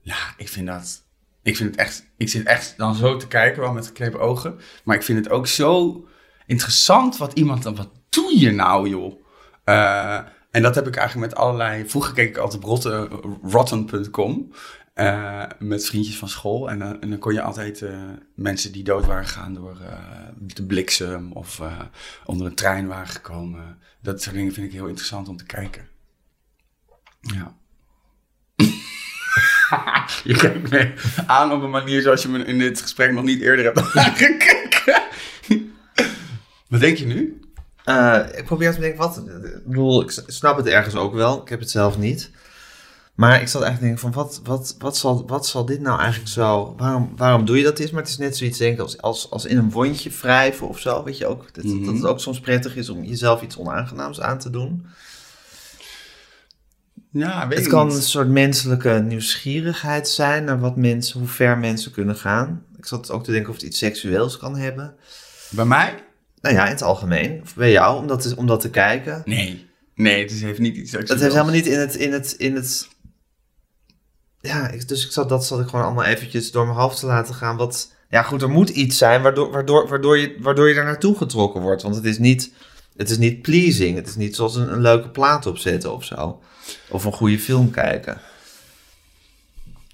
Speaker 2: ja, ik vind dat... Ik vind het echt... Ik zit echt dan zo te kijken, wel met geknepen ogen. Maar ik vind het ook zo interessant wat iemand dan... Wat doe je nou, joh? Eh, en dat heb ik eigenlijk met allerlei... Vroeger keek ik altijd op rotten, rotten.com. Eh, met vriendjes van school. En, dan- en dan kon je altijd eh, mensen die dood waren gegaan door eh, de bliksem of eh, onder een trein waren gekomen. Dat soort dingen vind ik heel interessant om te kijken. Ja. je kijkt me aan op een manier zoals je me in dit gesprek nog niet eerder hebt *laughs* aangekeken. Wat denk je nu?
Speaker 1: Eh, ik probeer te bedenken, wat, ik bedoel, ik s- snap het ergens ook wel, ik heb het zelf niet. Maar ik zat echt te denken van, wat, wat, wat, zal, wat zal dit nou eigenlijk zo, waarom, waarom doe je dat is? Maar het is net zoiets denk ik als, als, als in een wondje wrijven of zo, weet je ook. Dat,
Speaker 2: Mhm.
Speaker 1: dat het ook soms prettig is om jezelf iets onaangenaams aan te doen.
Speaker 2: Ja, weet
Speaker 1: Het
Speaker 2: ik
Speaker 1: kan
Speaker 2: niet.
Speaker 1: een soort menselijke nieuwsgierigheid zijn naar wat mensen, hoe ver mensen kunnen gaan. Ik zat ook te denken of het iets seksueels kan hebben.
Speaker 2: Bij mij?
Speaker 1: Nou ja, in het algemeen. Of bij jou, om dat te, om dat te kijken.
Speaker 2: Nee. Nee, het is- heeft niet iets...
Speaker 1: Dat heeft helemaal niet in het. In het, in het ja, ik- dus ik zat, dat zat ik gewoon allemaal eventjes door mijn hoofd te laten gaan. Wat, ja, goed, er moet iets zijn waardoor, waardoor, waardoor, je, waardoor je daar naartoe getrokken wordt. Want het is niet, het is niet pleasing. Het is niet zoals een, een leuke plaat opzetten of zo. Of een goede film kijken.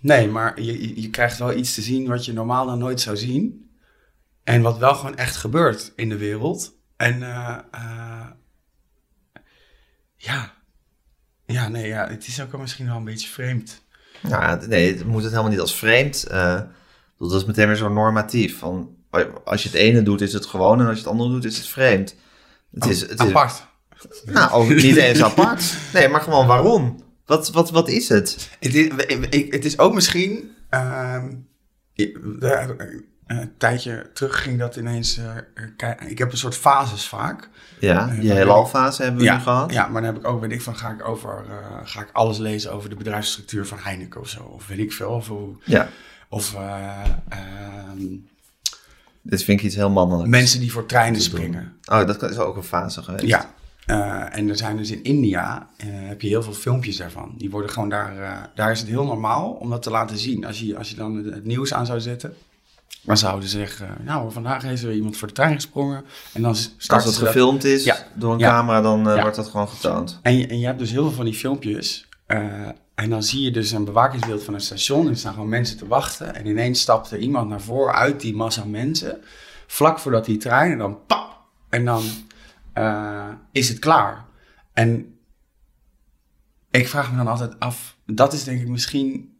Speaker 2: Nee, maar je, je- je krijgt wel iets te zien wat je normaal dan nooit zou zien. En wat wel gewoon echt gebeurt in de wereld. En eh, eh, ja. Ja, nee, ja, het is ook wel misschien wel een beetje vreemd.
Speaker 1: Nou, nee, het moet het helemaal niet als vreemd. eh, dat is meteen weer zo normatief. Van, als je het ene doet, is het gewoon. En als je het andere doet, is het vreemd. Het is, Dus het is,
Speaker 2: Apart.
Speaker 1: Nou, ook niet
Speaker 2: *laughs*
Speaker 1: eens apart. Nee, maar gewoon waarom? Wat, wat, wat is het?
Speaker 2: Het is, ik- ik- het is ook misschien. ehm, ik- daar- een tijdje terug ging dat ineens. eh, kei- ik heb een soort fases vaak.
Speaker 1: Ja, die hele alfa's hebben we
Speaker 2: ja,
Speaker 1: nu gehad.
Speaker 2: Ja, maar dan heb ik ook, weet ik van, ga ik, over, eh, ga ik alles lezen over de bedrijfsstructuur van Heineken of zo. Of weet ik veel. Of, hoe-
Speaker 1: Ja,
Speaker 2: of eh, ehm,
Speaker 1: dit vind ik iets heel mannelijks.
Speaker 2: mensen die voor treinen springen.
Speaker 1: Oh, dat kan- is ook een fase geweest.
Speaker 2: Ja. Eh, en er zijn dus in India, eh, heb je heel veel filmpjes daarvan. Die worden gewoon daar, eh, daar is het heel normaal om dat te laten zien. Als je, als je dan het, het nieuws aan zou zetten, dan zouden ze zeggen, eh, nou vandaag is er iemand voor de trein gesprongen. En dan
Speaker 1: Als
Speaker 2: starten
Speaker 1: het
Speaker 2: ze dat
Speaker 1: gefilmd is
Speaker 2: Ja.
Speaker 1: door een
Speaker 2: Ja.
Speaker 1: camera, dan eh,
Speaker 2: Ja.
Speaker 1: wordt dat gewoon getoond.
Speaker 2: En je, en je hebt dus heel veel van die filmpjes. eh, en dan zie je dus een bewakingsbeeld van een station. En er staan gewoon mensen te wachten. En ineens stapt er iemand naar voren uit die massa mensen. Vlak voordat die trein. En dan pap. En dan eh, is het klaar. En ik vraag me dan altijd af. Dat is denk ik misschien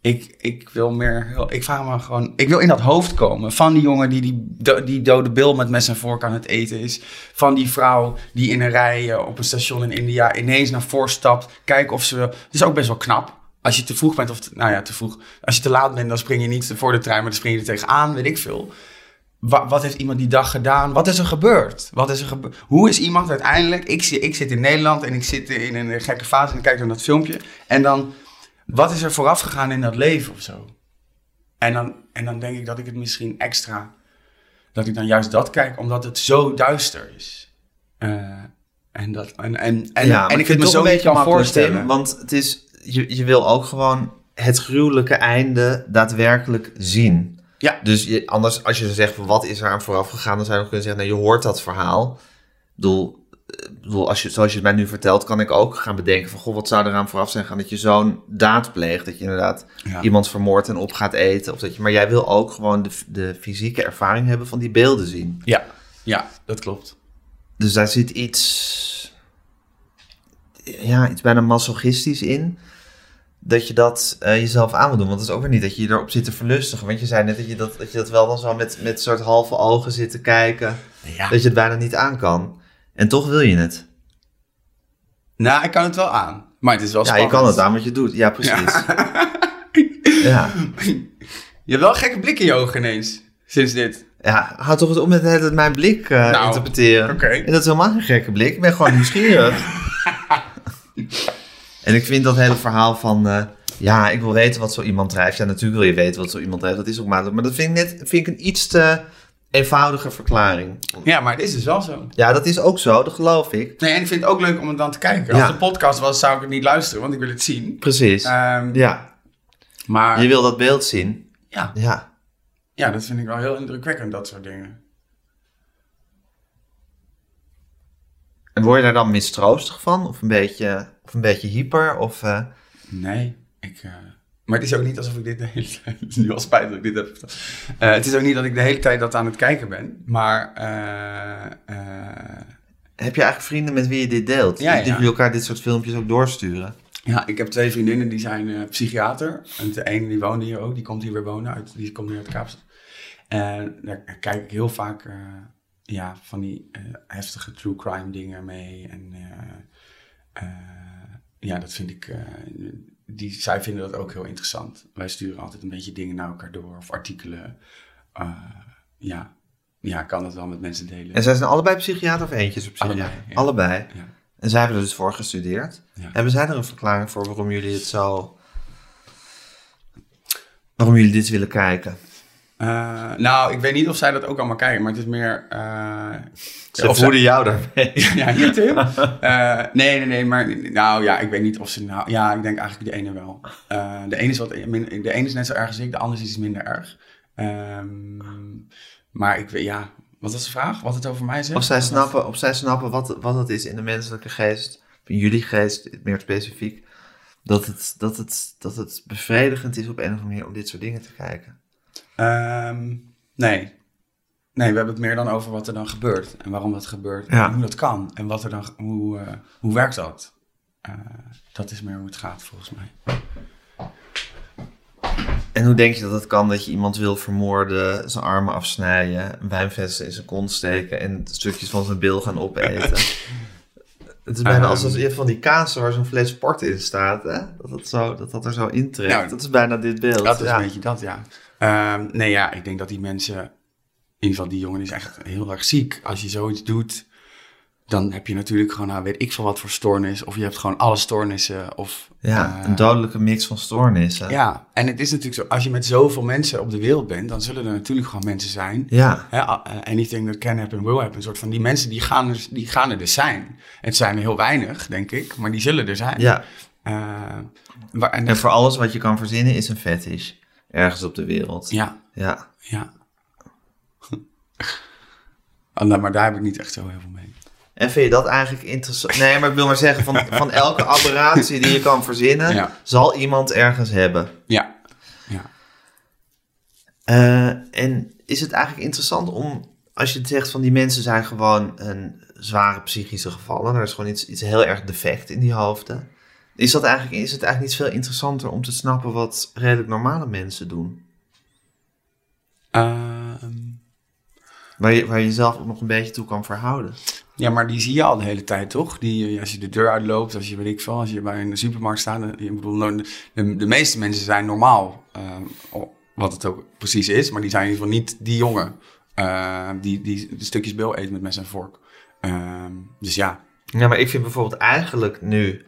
Speaker 2: Ik, ik wil meer, heel- ik vraag me gewoon, ik wil in dat hoofd komen van die jongen die die, do- die dode bil met mes en vork aan het eten is. Van die vrouw die in een rij eh, op een station in India ineens naar voren stapt. Kijken of ze, het is ook best wel knap. Als je te vroeg bent, of te- nou ja, te vroeg. Als je te laat bent, dan spring je niet voor de trein, maar dan spring je er tegenaan, weet ik veel. Wa- wat heeft iemand die dag gedaan? Wat is er gebeurd? Wat is er gebe- Hoe is iemand uiteindelijk... Ik, zi- ik zit in Nederland en ik zit in een gekke fase en ik kijk naar dat filmpje. En dan, wat is er vooraf gegaan in dat leven of zo? En dan, en dan denk ik dat ik het misschien extra... Dat ik dan juist dat kijk, omdat het zo duister is. Eh, en, dat, en, en, en,
Speaker 1: ja, maar
Speaker 2: en ik
Speaker 1: vind
Speaker 2: het me
Speaker 1: het
Speaker 2: zo
Speaker 1: toch een
Speaker 2: niet
Speaker 1: beetje
Speaker 2: kan
Speaker 1: makkelijk, Tim,
Speaker 2: voorstellen.
Speaker 1: want het is, je, je wil ook gewoon het gruwelijke einde daadwerkelijk zien.
Speaker 2: Ja.
Speaker 1: Dus je, anders, als je zegt, van, wat is er aan vooraf gegaan, dan zou je nog kunnen zeggen, nou, je hoort dat verhaal. Ik bedoel, eh, ik bedoel als je, zoals je het mij nu vertelt, kan ik ook gaan bedenken van, goh, wat zou er aan vooraf zijn gaan dat je zo'n daad pleegt, dat je inderdaad
Speaker 2: Ja.
Speaker 1: iemand vermoordt en op gaat eten. Of dat je, maar jij wil ook gewoon de, de fysieke ervaring hebben van die beelden zien.
Speaker 2: Ja, ja, dat klopt.
Speaker 1: Dus daar zit iets, ja, iets bijna masochistisch in. Dat je dat eh, jezelf aan moet doen. Want het is ook weer niet dat je je erop zit te verlustigen. Want je zei net dat je dat, dat, je dat wel dan zo met, met soort halve ogen zit te kijken.
Speaker 2: Ja.
Speaker 1: Dat je het bijna niet aan kan. En toch wil je het.
Speaker 2: Nou, ik kan het wel aan. Maar het is wel
Speaker 1: Ja, je
Speaker 2: spannend.
Speaker 1: kan het aan wat je doet. Ja, precies. Ja.
Speaker 2: Je hebt wel een gekke blik in je ogen ineens. Sinds dit.
Speaker 1: Ja, houd toch eens op met het, het mijn blik eh,
Speaker 2: Nou,
Speaker 1: interpreteren.
Speaker 2: oké.
Speaker 1: En dat is helemaal geen gekke blik. Ik ben gewoon
Speaker 2: *laughs*
Speaker 1: nieuwsgierig. en ik vind dat hele verhaal van... eh, ja, ik wil weten wat zo iemand drijft. Ja, natuurlijk wil je weten wat zo iemand drijft. Dat is ook makkelijk. Maar dat vind ik net vind ik een iets te eenvoudige verklaring.
Speaker 2: Ja, maar het is dus wel zo.
Speaker 1: Ja, dat is ook zo. Dat geloof ik.
Speaker 2: Nee, en ik vind het ook leuk om het dan te kijken.
Speaker 1: Ja.
Speaker 2: Als de podcast was, zou ik het niet luisteren, want ik wil het zien.
Speaker 1: Precies.
Speaker 2: Ehm,
Speaker 1: Eh, ja,
Speaker 2: Maar
Speaker 1: je wil dat beeld zien.
Speaker 2: ja.
Speaker 1: Ja.
Speaker 2: ja, dat vind ik wel heel indrukwekkend, dat soort dingen.
Speaker 1: En word je daar dan mistroostig van? Of een beetje, of een beetje hyper? Of... eh,
Speaker 2: Nee, ik... eh, Maar het is ook niet alsof ik dit de hele tijd... *laughs* Het is nu al spijt dat ik dit heb verteld. Eh, het is ook niet dat ik de hele tijd dat aan het kijken ben. Maar... eh, eh,
Speaker 1: Heb je eigenlijk vrienden met wie je dit deelt?
Speaker 2: Ja,
Speaker 1: die, die
Speaker 2: ja.
Speaker 1: elkaar dit soort filmpjes ook doorsturen?
Speaker 2: Ja, ik heb twee vriendinnen die zijn eh, psychiater. En de ene die woonde hier ook, die komt hier weer wonen. Uit, die komt nu uit Kaapstad. En daar kijk ik heel vaak eh, ja, van die eh, heftige true crime dingen mee. En eh, eh, ja, dat vind ik... eh, die, zij vinden dat ook heel interessant. Wij sturen altijd een beetje dingen naar elkaar door. Of artikelen. Eh, ja. ja, ik kan dat wel met mensen delen.
Speaker 1: En zij zijn allebei psychiater of eentje is een psychiater?
Speaker 2: Allebei,
Speaker 1: Allebei.
Speaker 2: ja. Ja.
Speaker 1: En zij hebben er dus voor gestudeerd.
Speaker 2: Ja.
Speaker 1: Hebben zij er een verklaring voor waarom jullie het zo... Waarom jullie dit willen kijken?
Speaker 2: Eh, nou, ik weet niet of zij dat ook allemaal kijken, maar het is meer... eh,
Speaker 1: Ze
Speaker 2: of zij-
Speaker 1: voeden jou daarmee.
Speaker 2: *laughs* ja, hier Tim. Eh, nee, nee, nee, maar nou ja, ik weet niet of ze nou... Ja, ik denk eigenlijk de ene wel. Eh, de, ene is wat, min- de ene is net zo erg als ik, de andere is iets minder erg. Ehm, maar ik weet, ja, wat was de vraag? Wat het over mij zegt?
Speaker 1: *laughs* Of zij
Speaker 2: Wat-
Speaker 1: snappen, of zij snappen wat, wat het is in de menselijke geest, of in jullie geest meer specifiek, dat het, dat, het, dat het bevredigend is op een of andere manier om dit soort dingen te kijken.
Speaker 2: Ehm, nee. Nee, we hebben het meer dan over wat er dan gebeurt. En waarom dat gebeurt.
Speaker 1: Ja.
Speaker 2: En hoe dat kan. En wat er dan, hoe, eh, hoe werkt dat? Eh, dat is meer hoe het gaat, volgens mij.
Speaker 1: En hoe denk je dat het kan dat je iemand wil vermoorden, zijn armen afsnijden, een wijnvesten in zijn kont steken en stukjes van zijn bil gaan opeten?
Speaker 2: *laughs*
Speaker 1: Het is bijna
Speaker 2: Ehm.
Speaker 1: alsof je hebt van die kaas waar zo'n fles port in staat, hè? Dat, dat, zo, dat dat er zo intrekt.
Speaker 2: Nou,
Speaker 1: dat is bijna dit beeld.
Speaker 2: Dat is
Speaker 1: ja.
Speaker 2: een beetje dat, ja. Ehm, nee, ja, ik denk dat die mensen... In ieder geval, die jongen is echt heel erg ziek. Als je zoiets doet, dan heb je natuurlijk gewoon... Nou, weet ik veel wat voor stoornis. Of je hebt gewoon alle stoornissen. Of,
Speaker 1: ja,
Speaker 2: eh,
Speaker 1: een dodelijke mix van stoornissen.
Speaker 2: Ja, en het is natuurlijk zo... Als je met zoveel mensen op de wereld bent... dan zullen er natuurlijk gewoon mensen zijn...
Speaker 1: ja.
Speaker 2: Hè, a- eh, anything that can happen will happen. Een soort van die mensen die gaan, er, die gaan er dus zijn. Het zijn er heel weinig, denk ik, maar die zullen er zijn.
Speaker 1: ja.
Speaker 2: Eh, waar, en,
Speaker 1: En voor alles wat je kan verzinnen is een fetish. Ergens op de wereld. Ja.
Speaker 2: ja, ja. *laughs* Ah, nou, maar daar heb ik niet echt zo heel veel mee.
Speaker 1: En vind je dat eigenlijk interessant? Nee, maar ik wil maar zeggen, van, van elke aberratie die je kan verzinnen,
Speaker 2: Ja.
Speaker 1: zal iemand ergens hebben.
Speaker 2: Ja, ja.
Speaker 1: Eh, en is het eigenlijk interessant om, als je het zegt van die mensen zijn gewoon een zware psychische gevallen, er is gewoon iets, iets heel erg defect in die hoofden. Is, dat eigenlijk, is het eigenlijk niet veel interessanter om te snappen wat redelijk normale mensen doen?
Speaker 2: Ehm,
Speaker 1: Waar je, waar je zelf ook nog een beetje toe kan verhouden.
Speaker 2: ja, maar die zie je al de hele tijd, toch? Die, eh, als je de deur uitloopt, als je, weet ik veel, als je bij een supermarkt staat. eh, Ik bedoel, nou, de, de meeste mensen zijn normaal, ehm, o- wat het ook precies is. Maar die zijn in ieder geval niet die jongen eh, die, die de stukjes bil eet met mes en vork. Ehm, dus ja,
Speaker 1: Ja, maar ik vind bijvoorbeeld eigenlijk nu,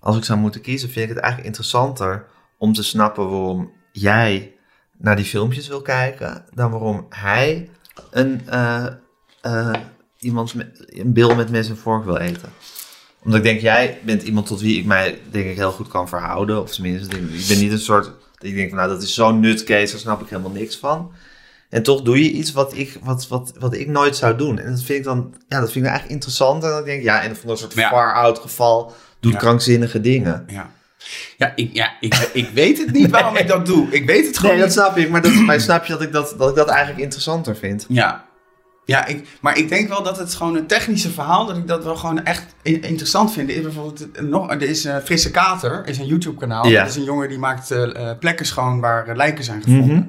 Speaker 1: als ik zou moeten kiezen, vind ik het eigenlijk interessanter om te snappen waarom jij naar die filmpjes wil kijken, dan waarom hij een, eh eh, iemand met, een bil met mes en vork wil eten. Omdat ik denk, jij bent iemand tot wie ik mij denk ik heel goed kan verhouden. Of tenminste, ik, ik ben niet een soort, dat ik denk van nou dat is zo'n nutcase, daar snap ik helemaal niks van. En toch doe je iets wat ik, wat, wat, wat ik nooit zou doen. En dat vind ik dan, ja, dat vind ik eigenlijk interessant. En dan denk ik, ja, en van een soort
Speaker 2: Ja.
Speaker 1: far-out geval doet
Speaker 2: Ja.
Speaker 1: krankzinnige dingen.
Speaker 2: ja. Ja, ik, ja ik, ik weet het niet waarom ik dat doe. Ik weet het gewoon
Speaker 1: Nee, dat
Speaker 2: niet.
Speaker 1: snap ik. Maar, dat,
Speaker 2: *clears throat*
Speaker 1: maar snap je dat ik dat, dat ik dat eigenlijk interessanter vind?
Speaker 2: Ja. Ja, ik, maar ik denk wel dat het gewoon een technische verhaal, dat ik dat wel gewoon echt i- interessant vind. Er is bijvoorbeeld eh, nog, er is eh, Frisse Kater, is een YouTube kanaal.
Speaker 1: Ja.
Speaker 2: Dat is een jongen die maakt eh, eh, plekken schoon waar eh, lijken zijn gevonden.
Speaker 1: Mhm.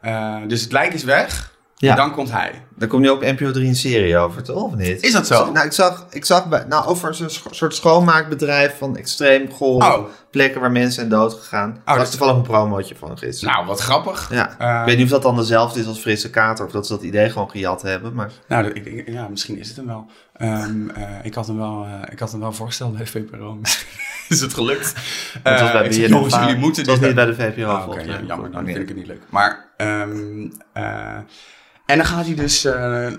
Speaker 2: Eh, dus het lijk is weg,
Speaker 1: Ja.
Speaker 2: en dan komt hij.
Speaker 1: Daar komt nu ook NPO 3 een serie over, toch? Of niet?
Speaker 2: Is dat zo?
Speaker 1: Nou, ik zag, ik zag bij, nou, over zo'n scho- soort schoonmaakbedrijf van extreem gore
Speaker 2: Oh.
Speaker 1: plekken waar mensen zijn doodgegaan. Daar
Speaker 2: dat
Speaker 1: was
Speaker 2: is-
Speaker 1: toevallig een promootje van gisteren.
Speaker 2: Nou, wat grappig.
Speaker 1: ja.
Speaker 2: Eh,
Speaker 1: ik weet niet of dat dan dezelfde is als Frisse Kater of dat ze dat idee gewoon gejat hebben. Maar
Speaker 2: Nou, dat- ik, denk- ja, misschien is het hem wel. Ehm, eh, ik, had hem wel eh, ik had hem wel voorgesteld bij VPRO. *laughs* is het gelukt?
Speaker 1: het was
Speaker 2: Eh,
Speaker 1: bij
Speaker 2: ik
Speaker 1: BNN
Speaker 2: zei, jongens,
Speaker 1: Vara.
Speaker 2: jullie moeten
Speaker 1: Het was
Speaker 2: dit
Speaker 1: niet bij de VPRO.
Speaker 2: Ah, Oké,
Speaker 1: volgens mij.
Speaker 2: ja, jammer, dan
Speaker 1: Nee.
Speaker 2: vind ik het niet leuk. Maar, ehm, eh, en dan gaat hij dus, eh, eh,